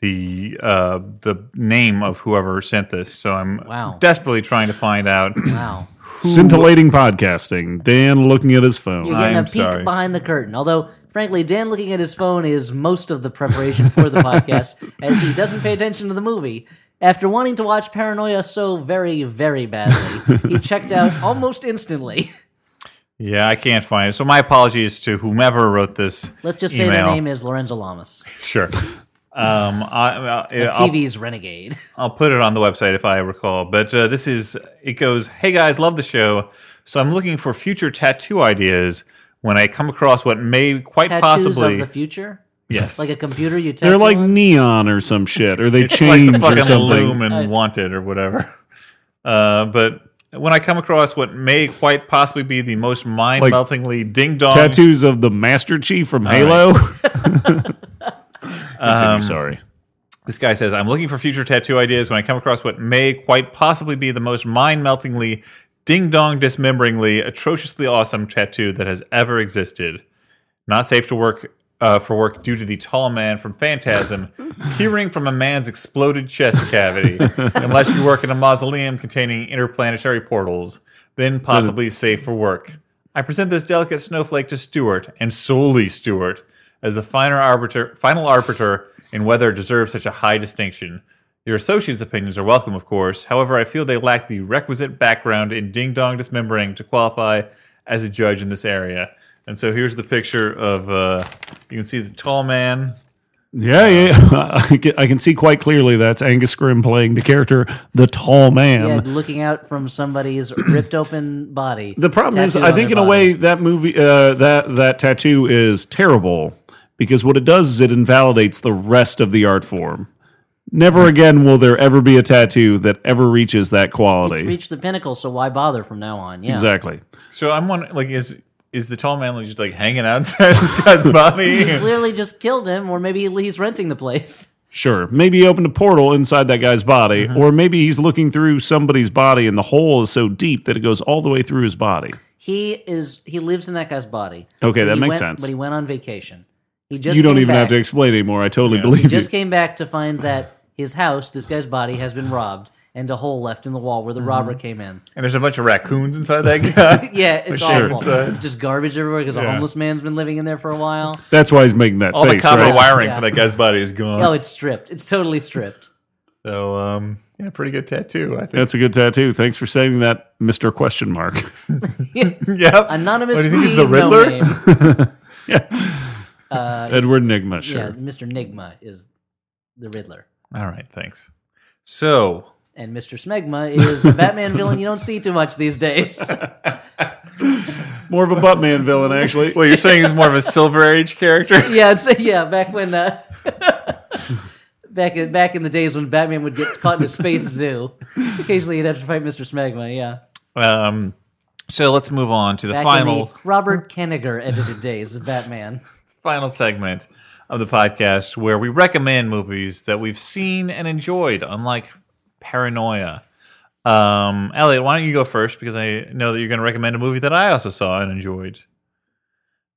S1: the uh, the name of whoever sent this, so I'm
S3: Wow.
S1: desperately trying to find out.
S3: Wow.
S2: Scintillating podcasting. Dan looking at his phone.
S3: You're getting
S1: I'm
S3: a peek
S1: sorry.
S3: behind the curtain. Although, frankly, Dan looking at his phone is most of the preparation for the
S1: [LAUGHS]
S3: podcast, as he doesn't pay attention to the movie. After wanting to watch Paranoia so very, very badly, he checked out almost instantly.
S1: Yeah, I can't find it. So my apologies to whomever wrote this.
S3: Let's just say their
S1: email.
S3: name is Lorenzo Lamas,
S1: Sure. Um, I, I, I'll,
S3: TV's renegade.
S2: [LAUGHS]
S1: I'll put it on the website if I recall. But uh, this is it goes, hey guys, love the show. So I'm looking for future tattoo ideas when I come across what may quite
S3: Tattoos
S1: possibly
S3: of the future,
S1: yes,
S3: like a computer you tattoo.
S2: They're like
S3: on?
S2: neon or some shit, or they
S1: It's
S2: change
S1: like the
S2: or
S1: fucking
S2: something.
S1: Loom and Wanted or whatever. [LAUGHS] Uh, but when I come across what may quite possibly be the most mind-meltingly ding-dong
S2: Tattoos of the Master Chief from
S3: [LAUGHS]
S2: Halo. Um, Continue, sorry.
S1: This guy says, I'm looking for future tattoo ideas when I come across what may quite possibly be the most mind meltingly, ding dong dismemberingly, atrociously awesome tattoo that has ever existed. Not safe to work. Uh, for work due to the tall man from Phantasm hearing from a man's exploded chest cavity, unless you work in a mausoleum containing interplanetary portals, then possibly safe for work. I present this delicate snowflake to Stuart, and solely Stuart, as the finer arbiter, final arbiter in whether it deserves such a high distinction. Your associates' opinions are welcome, of course. However, I feel they lack the requisite background in ding dong dismembering to qualify as a judge in this area. And so here's the picture of uh, you can see the tall man.
S2: Yeah, yeah. [LAUGHS] I can- I can see quite clearly that's Angus Scrimm playing the character, the tall man.
S3: Yeah, looking out
S2: [CLEARS THROAT]
S3: from somebody's ripped open body.
S2: The problem is,
S3: tattooed
S2: I
S3: on
S2: think in
S3: their
S2: a
S3: body.
S2: way that movie, uh, that that tattoo is terrible because what it does is it invalidates the rest of the art form. Never again will there ever be a tattoo that ever reaches that
S3: Hmm. it's
S2: quality.
S3: reached the pinnacle, so why bother from now on? Yeah,
S2: exactly.
S1: So I'm wondering, like, is is the tall man like, just like hanging outside [LAUGHS] this guy's
S3: [LAUGHS]
S1: body?
S3: clearly just killed him, or maybe he's renting the place. [LAUGHS]
S2: Sure. Maybe he opened a portal inside that guy's body,
S3: Mm-hmm.
S2: or maybe he's looking through somebody's body and the hole is so deep that it goes all the way through his body.
S3: He is. He lives in that guy's body.
S2: Okay,
S3: But
S2: that
S3: he
S2: makes
S3: went-
S2: sense.
S3: But he went on vacation. He just
S2: you don't
S3: came
S2: even have
S3: back-
S2: to explain anymore. I totally [LAUGHS] believe you.
S3: Just came back to find that his house, this guy's body, has been robbed, and a hole left in the wall where the
S2: Mm-hmm.
S3: robber came in.
S1: And there's a bunch of raccoons inside that
S3: [LAUGHS]
S1: guy.
S3: Yeah, it's
S2: Sure.
S3: awful. Just garbage everywhere because a
S1: uh, Yeah.
S3: homeless man's been living in there for a while.
S2: That's why he's making that
S1: All the
S2: face.
S1: copper
S2: right?
S1: wiring
S3: Yeah.
S1: for that guy's body is gone.
S3: Oh, it's stripped. It's totally stripped.
S1: So um, yeah, pretty good tattoo, I think.
S2: That's a good tattoo. Thanks for saying that, Mister Question Mark.
S1: [LAUGHS] yep.
S3: Anonymous.
S1: What, do you think he's
S3: P,
S1: the Riddler? [LAUGHS]
S3: No name.
S2: [LAUGHS] Edward Nigma. Sure.
S3: Uh, Yeah, Mr. Nigma is the Riddler.
S1: All right, thanks. So
S3: And Mr. Smegma is a Batman villain you don't see too much
S1: [LAUGHS]
S3: these days.
S2: More of a Buttman villain, actually. [LAUGHS]
S1: Well, you're saying he's
S3: [LAUGHS]
S1: more of a Silver Age character? [LAUGHS]
S3: yeah, so, yeah, back when uh, [LAUGHS] back in back in the days when Batman would get caught in
S1: [LAUGHS]
S3: a space zoo, occasionally he'd have to fight Mr. Smegma. Yeah,
S1: Um, so let's move on to the
S3: back
S1: final
S3: in the Robert Kenninger edited days of Batman.
S1: final segment of the podcast where we recommend movies that we've seen and enjoyed, unlike Paranoia. Um, Elliot, why don't you go first? Because I know that you're going to recommend a movie that I also saw and enjoyed.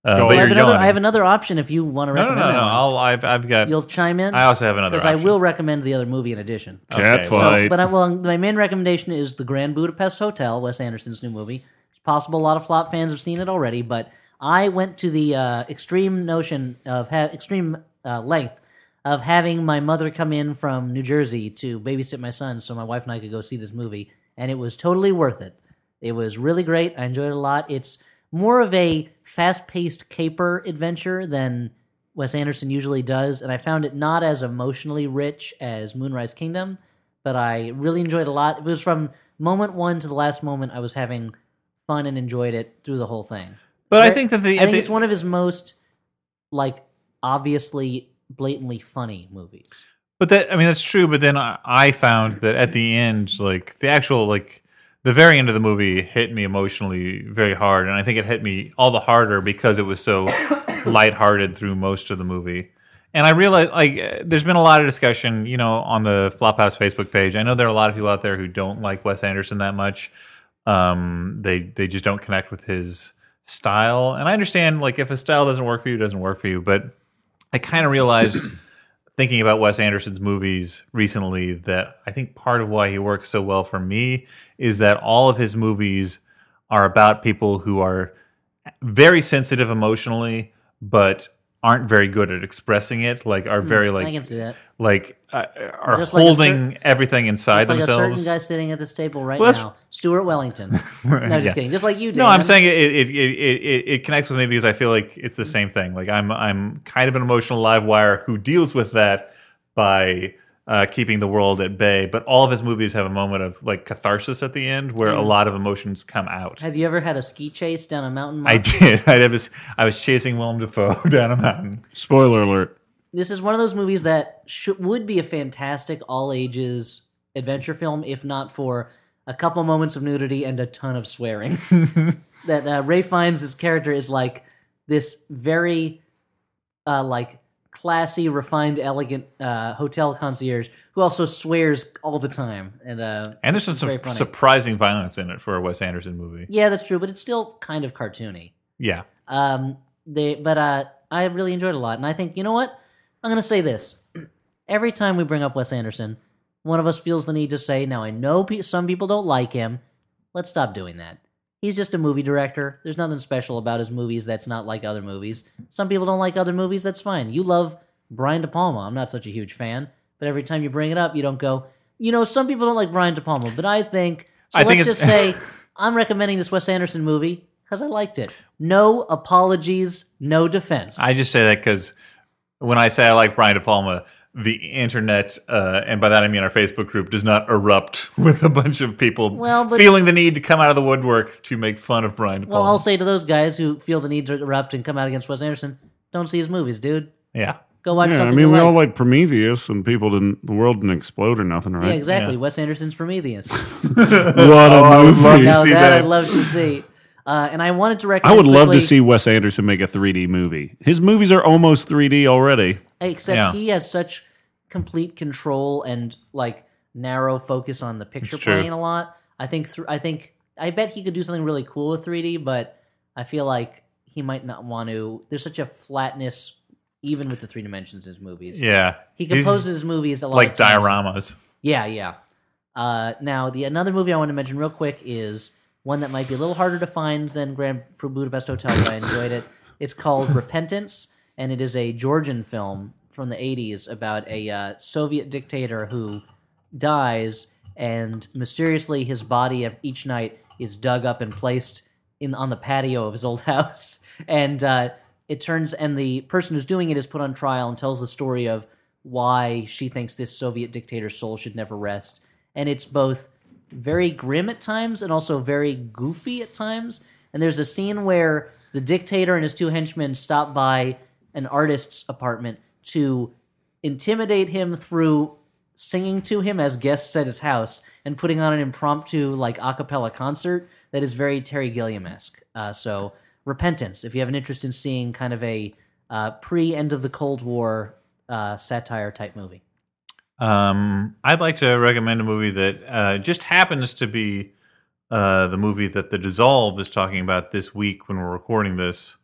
S1: Uh,
S2: Go
S1: but
S2: on.
S3: I
S1: you're
S3: have, another,
S1: yawning.
S3: I have another option if you want to
S1: no, no,
S3: recommend
S1: no,
S3: that
S1: no.
S3: one.
S1: I'll, I've, I've got.
S3: You'll chime in.
S1: I also have another.
S3: because I
S1: option. Uh,
S3: will recommend the other movie in addition.
S1: Okay, so-
S2: Catfight.
S3: But I, well, my main recommendation is the Grand Budapest Hotel, Wes Anderson's new movie. It's possible a lot of flop fans have seen it already, but I went to the uh, extreme notion of ha- extreme uh, length of having my mother come in from New Jersey to babysit my son, so my wife and I could go see this movie, and it was totally worth it. It was really great. I enjoyed it a lot. It's more of a fast-paced caper adventure than Wes Anderson usually does, and I found it not as emotionally rich as Moonrise Kingdom, but I really enjoyed it a lot. It was from moment one to the last moment, I was having fun and enjoyed it through the whole thing.
S1: But I think that the,
S3: I think
S1: the
S3: it's one of his most like obviously blatantly funny movies.
S1: But that I mean that's true. But then I, I found that at the end, like the actual like the very end of the movie hit me emotionally very hard, and I think it hit me all the harder because it was so lighthearted through most of the movie. And I realized like uh, there's been a lot of discussion, you know, on the Flophouse Facebook page. I know there are a lot of people out there who don't like Wes Anderson that much. Um, they they just don't connect with his style, and I understand like if a style doesn't work for you, it doesn't work for you. But I kind of realized [CLEARS THROAT] thinking about Wes Anderson's movies recently that I think part of why he works so well for me is that all of his movies are about people who are very sensitive emotionally but aren't very good at expressing it like are very
S3: I can
S1: like
S3: see that.
S1: like uh, are
S3: Hmm. Just like a
S1: holding everything inside
S3: It's like a
S1: themselves
S3: certain guy sitting at this table right
S1: Well, that's-
S3: now,
S1: [LAUGHS]
S3: Stuart Wellington. No, just
S1: Yeah.
S3: kidding. Just like you did.
S1: No, I'm saying it it, it it it it connects with me because I feel like it's the same thing. Like I'm I'm kind of an emotional live wire who deals with that by uh, keeping the world at bay. But all of his movies have a moment of like catharsis at the end where
S3: Mm.
S1: a lot of emotions come out.
S3: Have you ever had a ski chase down a mountain?
S1: I
S3: Mike?
S1: did. [LAUGHS] I was I was chasing Willem Dafoe [LAUGHS] down a mountain.
S2: Spoiler alert.
S3: this is one of those movies that sh- would be a fantastic all ages adventure film if not for a couple moments of nudity and a ton of swearing. that uh, Ray finds his character is like this very uh, like classy, refined, elegant uh, hotel concierge who also swears all the time. And uh,
S1: And there's just some
S3: very funny.
S1: surprising violence in it for a Wes Anderson movie.
S3: yeah, that's true, but it's still kind of cartoony.
S1: Yeah.
S3: Um, they, but uh, I really enjoyed it a lot, and I think you know what? I'm gonna say this: every time we bring up Wes Anderson, one of us feels the need to say, "Now I know pe- some people don't like him. Let's stop doing that. He's just a movie director. There's nothing special about his movies that's not like other movies. Some people don't like other movies. That's fine. You love Brian De Palma. I'm not such a huge fan, but every time you bring it up, you don't go, you know, some people don't like Brian De Palma, but I think. So
S1: I
S3: let's
S1: think
S3: just
S1: it's-
S3: say I'm recommending this Wes Anderson movie because I liked it. No apologies, no defense.
S1: I just say that because when I say I like Brian De Palma, the internet, uh, and by that I mean our Facebook group, does not erupt [LAUGHS] with a bunch of people
S3: Well, but-
S1: feeling the need to come out of the woodwork to make fun of Brian De
S3: well,
S2: Oh.
S1: Palma.
S3: I'll say to those guys who feel the need to erupt and come out against Wes Anderson, don't see his movies, dude.
S1: yeah.
S3: Go watch
S2: Yeah, I
S3: something.
S2: mean,
S3: you
S2: we
S3: like.
S2: all like Prometheus, and people didn't. The world didn't explode or nothing,
S3: yeah,
S2: right?
S3: exactly.
S1: Yeah.
S3: Wes Anderson's
S2: [LAUGHS]
S3: Prometheus.
S2: What a movie!
S1: love to
S3: Now that,
S1: see that.
S3: I'd love to see. Uh, and I wanted to recommend.
S2: I would love to
S3: quickly-
S2: see Wes Anderson make a 3D movie. His movies are almost 3D already.
S3: except
S1: Yeah.
S3: he has such complete control and like narrow focus on the picture
S1: It's true.
S3: plane a lot. I think th- I think I bet he could do something really cool with 3D, but I feel like he might not want to. There's such a flatness even with the three dimensions in his movies.
S1: Yeah.
S3: He
S1: He's
S3: composes his movies a lot
S1: like
S3: of times.
S1: dioramas.
S3: Yeah, yeah. Uh, now the another movie I want to mention real quick is one that might be a little harder to find than Grand Budapest Hotel, but I enjoyed it. It's called Repentance, and it is a Georgian film from the '80s about a uh, Soviet dictator who dies, and mysteriously his body of each night is dug up and placed in on the patio of his old [LAUGHS] house, and uh, it turns and the person who's doing it is put on trial and tells the story of why she thinks this Soviet dictator's soul should never rest, and it's both very grim at times and also very goofy at times. And there's a scene where the dictator and his two henchmen stop by an artist's apartment to intimidate him through singing to him as guests at his house and putting on an impromptu like a cappella concert that is very Terry Gilliam esque. Uh, so repentance, if you have an interest in seeing kind of a uh, pre end of the Cold War uh, satire type movie.
S1: Um, I'd like to recommend a movie that uh, just happens to be uh, the movie that The Dissolve is talking about this week when we're recording this.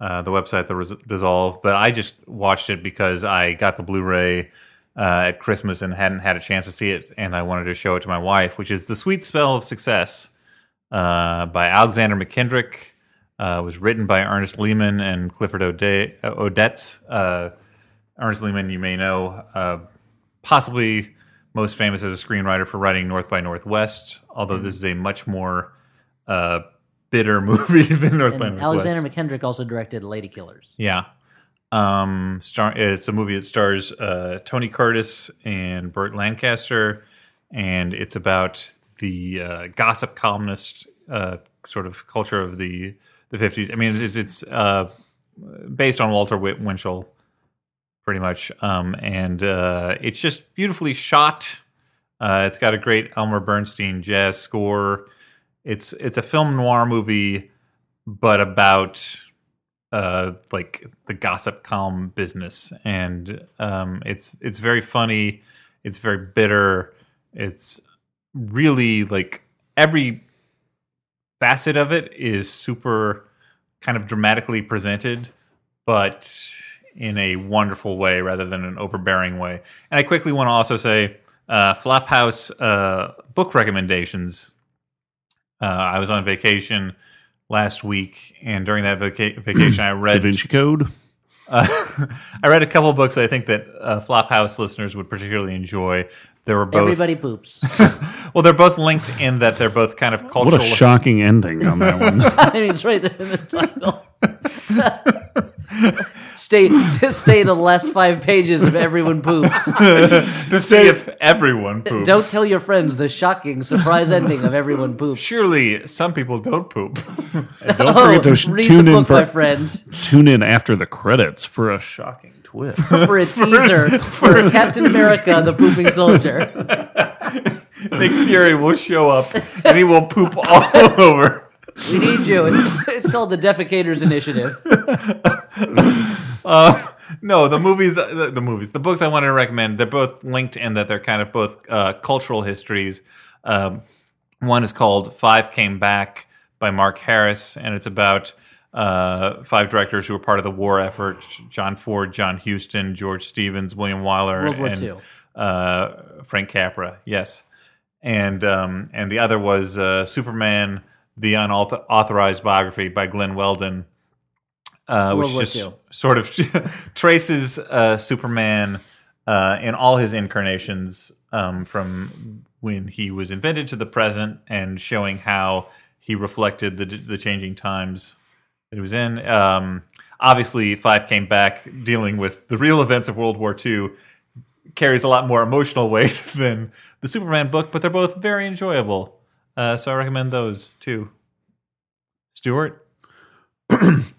S1: Uh, the website The Res- Dissolve, but I just watched it because I got the Blu-ray uh, at Christmas and hadn't had a chance to see it, and I wanted to show it to my wife, which is The Sweet Spell of Success uh, by Alexander McKendrick. Uh, it was written by Ernest Lehman and Clifford Ode- Odets. Uh, Ernest Lehman, you may know, uh, possibly most famous as a screenwriter for writing North by Northwest, although this is a much more uh, bitter [LAUGHS] movie than North by
S3: And
S1: Northwest.
S3: Alexander McKendrick also directed Lady Killers.
S1: Yeah. Um, star, it's a movie that stars uh, Tony Curtis and Burt Lancaster, and it's about the uh, gossip columnist uh, sort of culture of the the 50s. I mean, it's it's uh, based on Walter Win- Winchell, pretty much, um, and uh, it's just beautifully shot. Uh, it's got a great Elmer Bernstein jazz score. It's it's a film noir movie, but about uh, like the gossip column business, and um, it's it's very funny. It's very bitter. It's really like every facet of it is super kind of dramatically presented, but in a wonderful way rather than an overbearing way. And I quickly want to also say uh, Flophouse uh, book recommendations. Uh, I was on vacation last week, and during that vaca- [CLEARS THROAT] vacation, I
S2: Da
S1: read
S2: Vinci Code.
S1: uh, I read a couple books that I think that uh, Flophouse listeners would particularly enjoy. There were both
S3: Everybody poops.
S1: well, they're both linked in that they're both kind of cultural.
S2: What a shocking ending on that
S3: [LAUGHS]
S2: one.
S3: [LAUGHS] I mean, it's right there in the title. [LAUGHS] stay, just stay to the last five pages of everyone poops.
S1: to see if everyone poops.
S3: Don't tell your friends the shocking surprise ending of everyone poops.
S1: Surely some people don't
S3: [LAUGHS]
S1: poop. [LAUGHS]
S2: Don't
S3: Oh,
S2: forget to sh-
S3: read
S2: tune
S3: the
S2: in
S3: book, my
S2: for [LAUGHS]
S3: friend.
S2: tune in after the credits for a shocking twist.
S3: for a teaser
S2: [LAUGHS]
S3: for, Captain America, the pooping soldier.
S1: Nick Fury will show up and he will poop all [LAUGHS] over.
S3: We need you. It's, it's called the Defecators Initiative.
S1: Uh, no, the movies, uh, the, the movies, the books I wanted to recommend. They're both linked in that they're kind of both uh, cultural histories. Um, one is called Five Came Back by Mark Harris, and it's about uh, five directors who were part of the war effort: John Ford, John Huston, George Stevens, William Wyler,
S3: World War
S1: and
S3: II.
S1: Uh, Frank Capra. Yes, and um, and the other was uh, Superman: The Unauthorized Biography by Glenn Weldon uh, which
S3: World War
S1: just
S3: II.
S1: sort of [LAUGHS] traces uh, Superman uh, in all his incarnations um, from when he was invented to the present, and showing how he reflected the the changing times that he was in. Um, obviously, Five came back dealing with the real events of World War II. Carries a lot more emotional weight [LAUGHS] than the Superman book, but they're both very enjoyable. Uh, so I recommend those too. Stuart,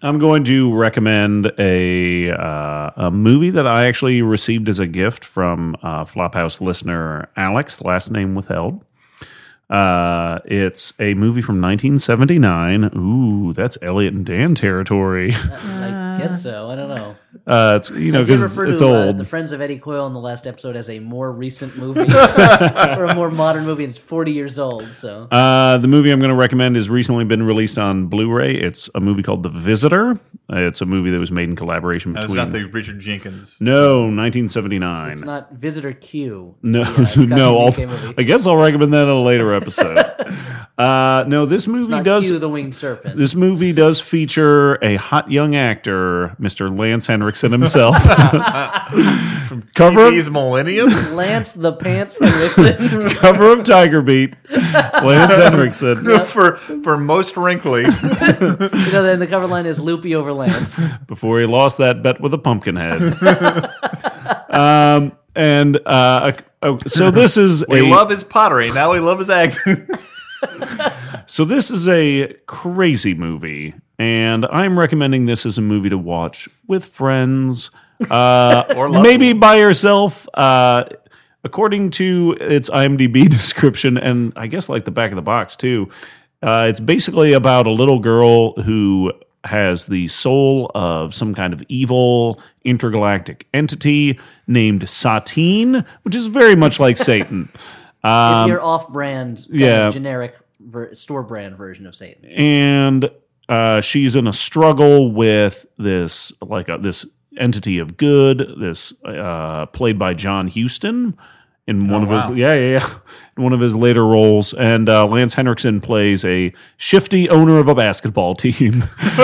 S2: I'm going to recommend a uh, a movie that I actually received as a gift from uh, Flophouse listener Alex, last name withheld. Uh, it's a movie from 1979. Ooh, that's Elliot and Dan territory. [LAUGHS]
S3: I guess so. I don't know.
S2: Uh, it's you know
S3: I did
S2: because it's,
S3: refer to
S2: it's
S3: uh,
S2: old.
S3: the Friends of Eddie Coyle in the last episode as a more
S2: [LAUGHS]
S3: recent movie or a more modern movie. and It's 40 years old, so.
S2: Uh, the movie I'm going to recommend has recently been released on Blu-ray. It's a movie called The Visitor. Uh, It's a movie that was made in collaboration
S1: that
S2: between.
S1: was not the Richard Jenkins.
S2: no, 1979.
S3: It's not Visitor Q.
S2: no,
S3: it's got
S2: no.
S3: the
S2: I'll,
S3: UK movie.
S2: I guess I'll recommend that in a later
S3: [LAUGHS]
S2: episode. uh, no, this movie
S3: Not
S2: does.
S3: Q, the Winged Serpent.
S2: [LAUGHS] This movie does feature a hot young actor, Mr. Lance Henriksen
S3: [LAUGHS]
S2: himself. cover of,
S1: TV's Millennium.
S2: [LAUGHS]
S3: Lance the Pants Henriksen.
S2: cover
S3: [LAUGHS]
S2: of Tiger Beat, Lance Henriksen.
S1: for for most
S2: [LAUGHS]
S1: wrinkly.
S3: you know, then the cover line is Loopy over Lance.
S2: before he lost that bet with a pumpkin head. um, and uh, oh, so this
S3: [LAUGHS]
S2: is
S1: We
S2: a
S1: love his pottery. Now we love his acting. [LAUGHS]
S2: so this is a crazy movie, and I'm recommending this as a movie to watch with friends, uh,
S1: Or loved
S2: maybe by yourself. Uh, according to its IMDb [LAUGHS] description, and I guess like the back of the box too, uh, it's basically about a little girl who has the soul of some kind of evil intergalactic entity named Satine, which is very
S1: [LAUGHS]
S2: much like Satan.
S3: it's your off-brand, kind
S2: yeah.
S3: of generic ver- store brand version of Satan.
S2: and uh, she's in a struggle with this like uh, this entity of good this uh, played by john Huston in one of
S1: wow.
S2: his yeah yeah yeah in one of his later roles and uh, lance henriksen plays a shifty owner of a basketball team [LAUGHS]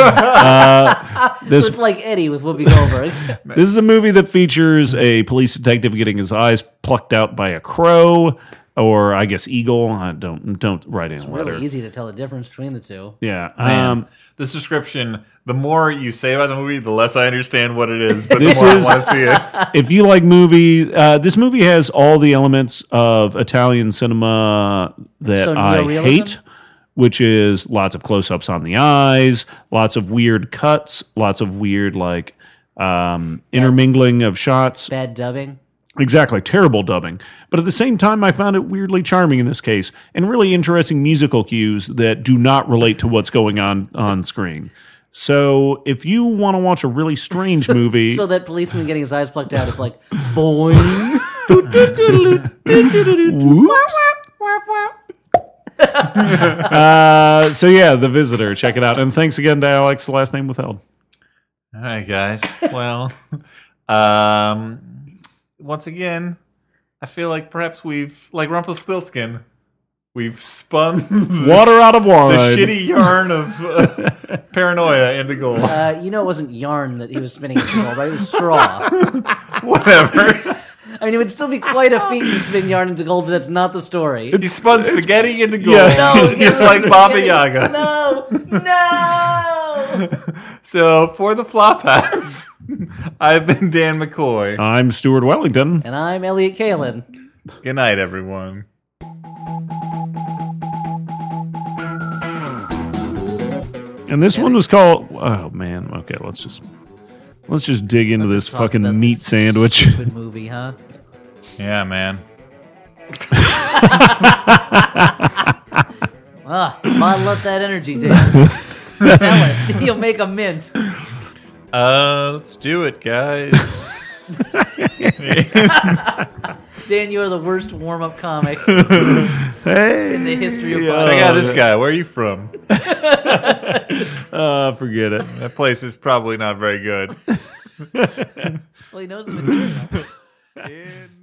S3: So it's like Eddie with Whoopi Goldberg.
S2: This is a movie that features a police detective getting his eyes plucked out by a crow, or I guess eagle. I don't don't write in letter.
S3: really easy to tell the difference between the two.
S2: Yeah. Um,
S1: this description. The more you say about the movie, the less I understand what it is. But
S2: This
S1: the more
S2: is-
S1: I want to see it.
S2: if you like movie, uh, this movie has all the elements of Italian cinema that
S3: So
S2: I
S3: neorealism?
S2: hate, which is lots of close ups on the eyes, lots of weird cuts, lots of weird, like, um, intermingling of shots.
S3: Bad dubbing.
S2: Exactly, terrible dubbing. But at the same time, I found it weirdly charming in this case, and really interesting musical cues that do not relate to what's going on on screen. So, if you want to watch a really strange movie,
S3: So that policeman getting his eyes plucked out is like boing.
S2: whoops. uh, so yeah, The Visitor, check it out. And thanks again to Alex, last name withheld.
S1: All right, guys. Well, [LAUGHS] um, once again, I feel like perhaps we've, like Rumpelstiltskin, we've spun [LAUGHS] the,
S2: Water out of
S1: the
S2: wine.
S1: shitty yarn of
S2: [LAUGHS]
S1: uh, paranoia into gold. [LAUGHS]
S3: Uh, you know, it wasn't yarn that he was spinning into gold, right? It was straw.
S2: [LAUGHS]
S1: Whatever.
S3: I mean, it would still be quite a feat to spin yarn into gold, but that's not the story.
S1: He spun spaghetti into gold,
S2: Yeah. No,
S1: [LAUGHS] just like Baba Yaga.
S3: No, no.
S1: So for the Flophouse, [LAUGHS] I've been Dan McCoy.
S2: I'm Stuart Wellington.
S3: and I'm Elliot Kalin.
S1: Good night, everyone.
S2: And this one was called. Oh man. Okay, let's just let's just dig into
S3: Let's
S2: this
S3: just talk about
S2: fucking meat
S3: this
S2: sandwich. [LAUGHS]
S3: Stupid movie, huh?
S1: Yeah, man.
S3: Ah, bottle up that
S1: [LAUGHS]
S3: energy, dude. Sell it. [LAUGHS] You'll make a mint.
S1: Uh, let's do it, guys.
S3: Dan, you are the worst warm-up comic
S2: hey.
S3: in the history of
S2: [LAUGHS] Yeah.
S3: yeah.
S1: Check out this guy. Where are you from?
S2: Uh, forget it.
S1: That place is probably not very good.
S3: Well, he knows the material.
S1: In-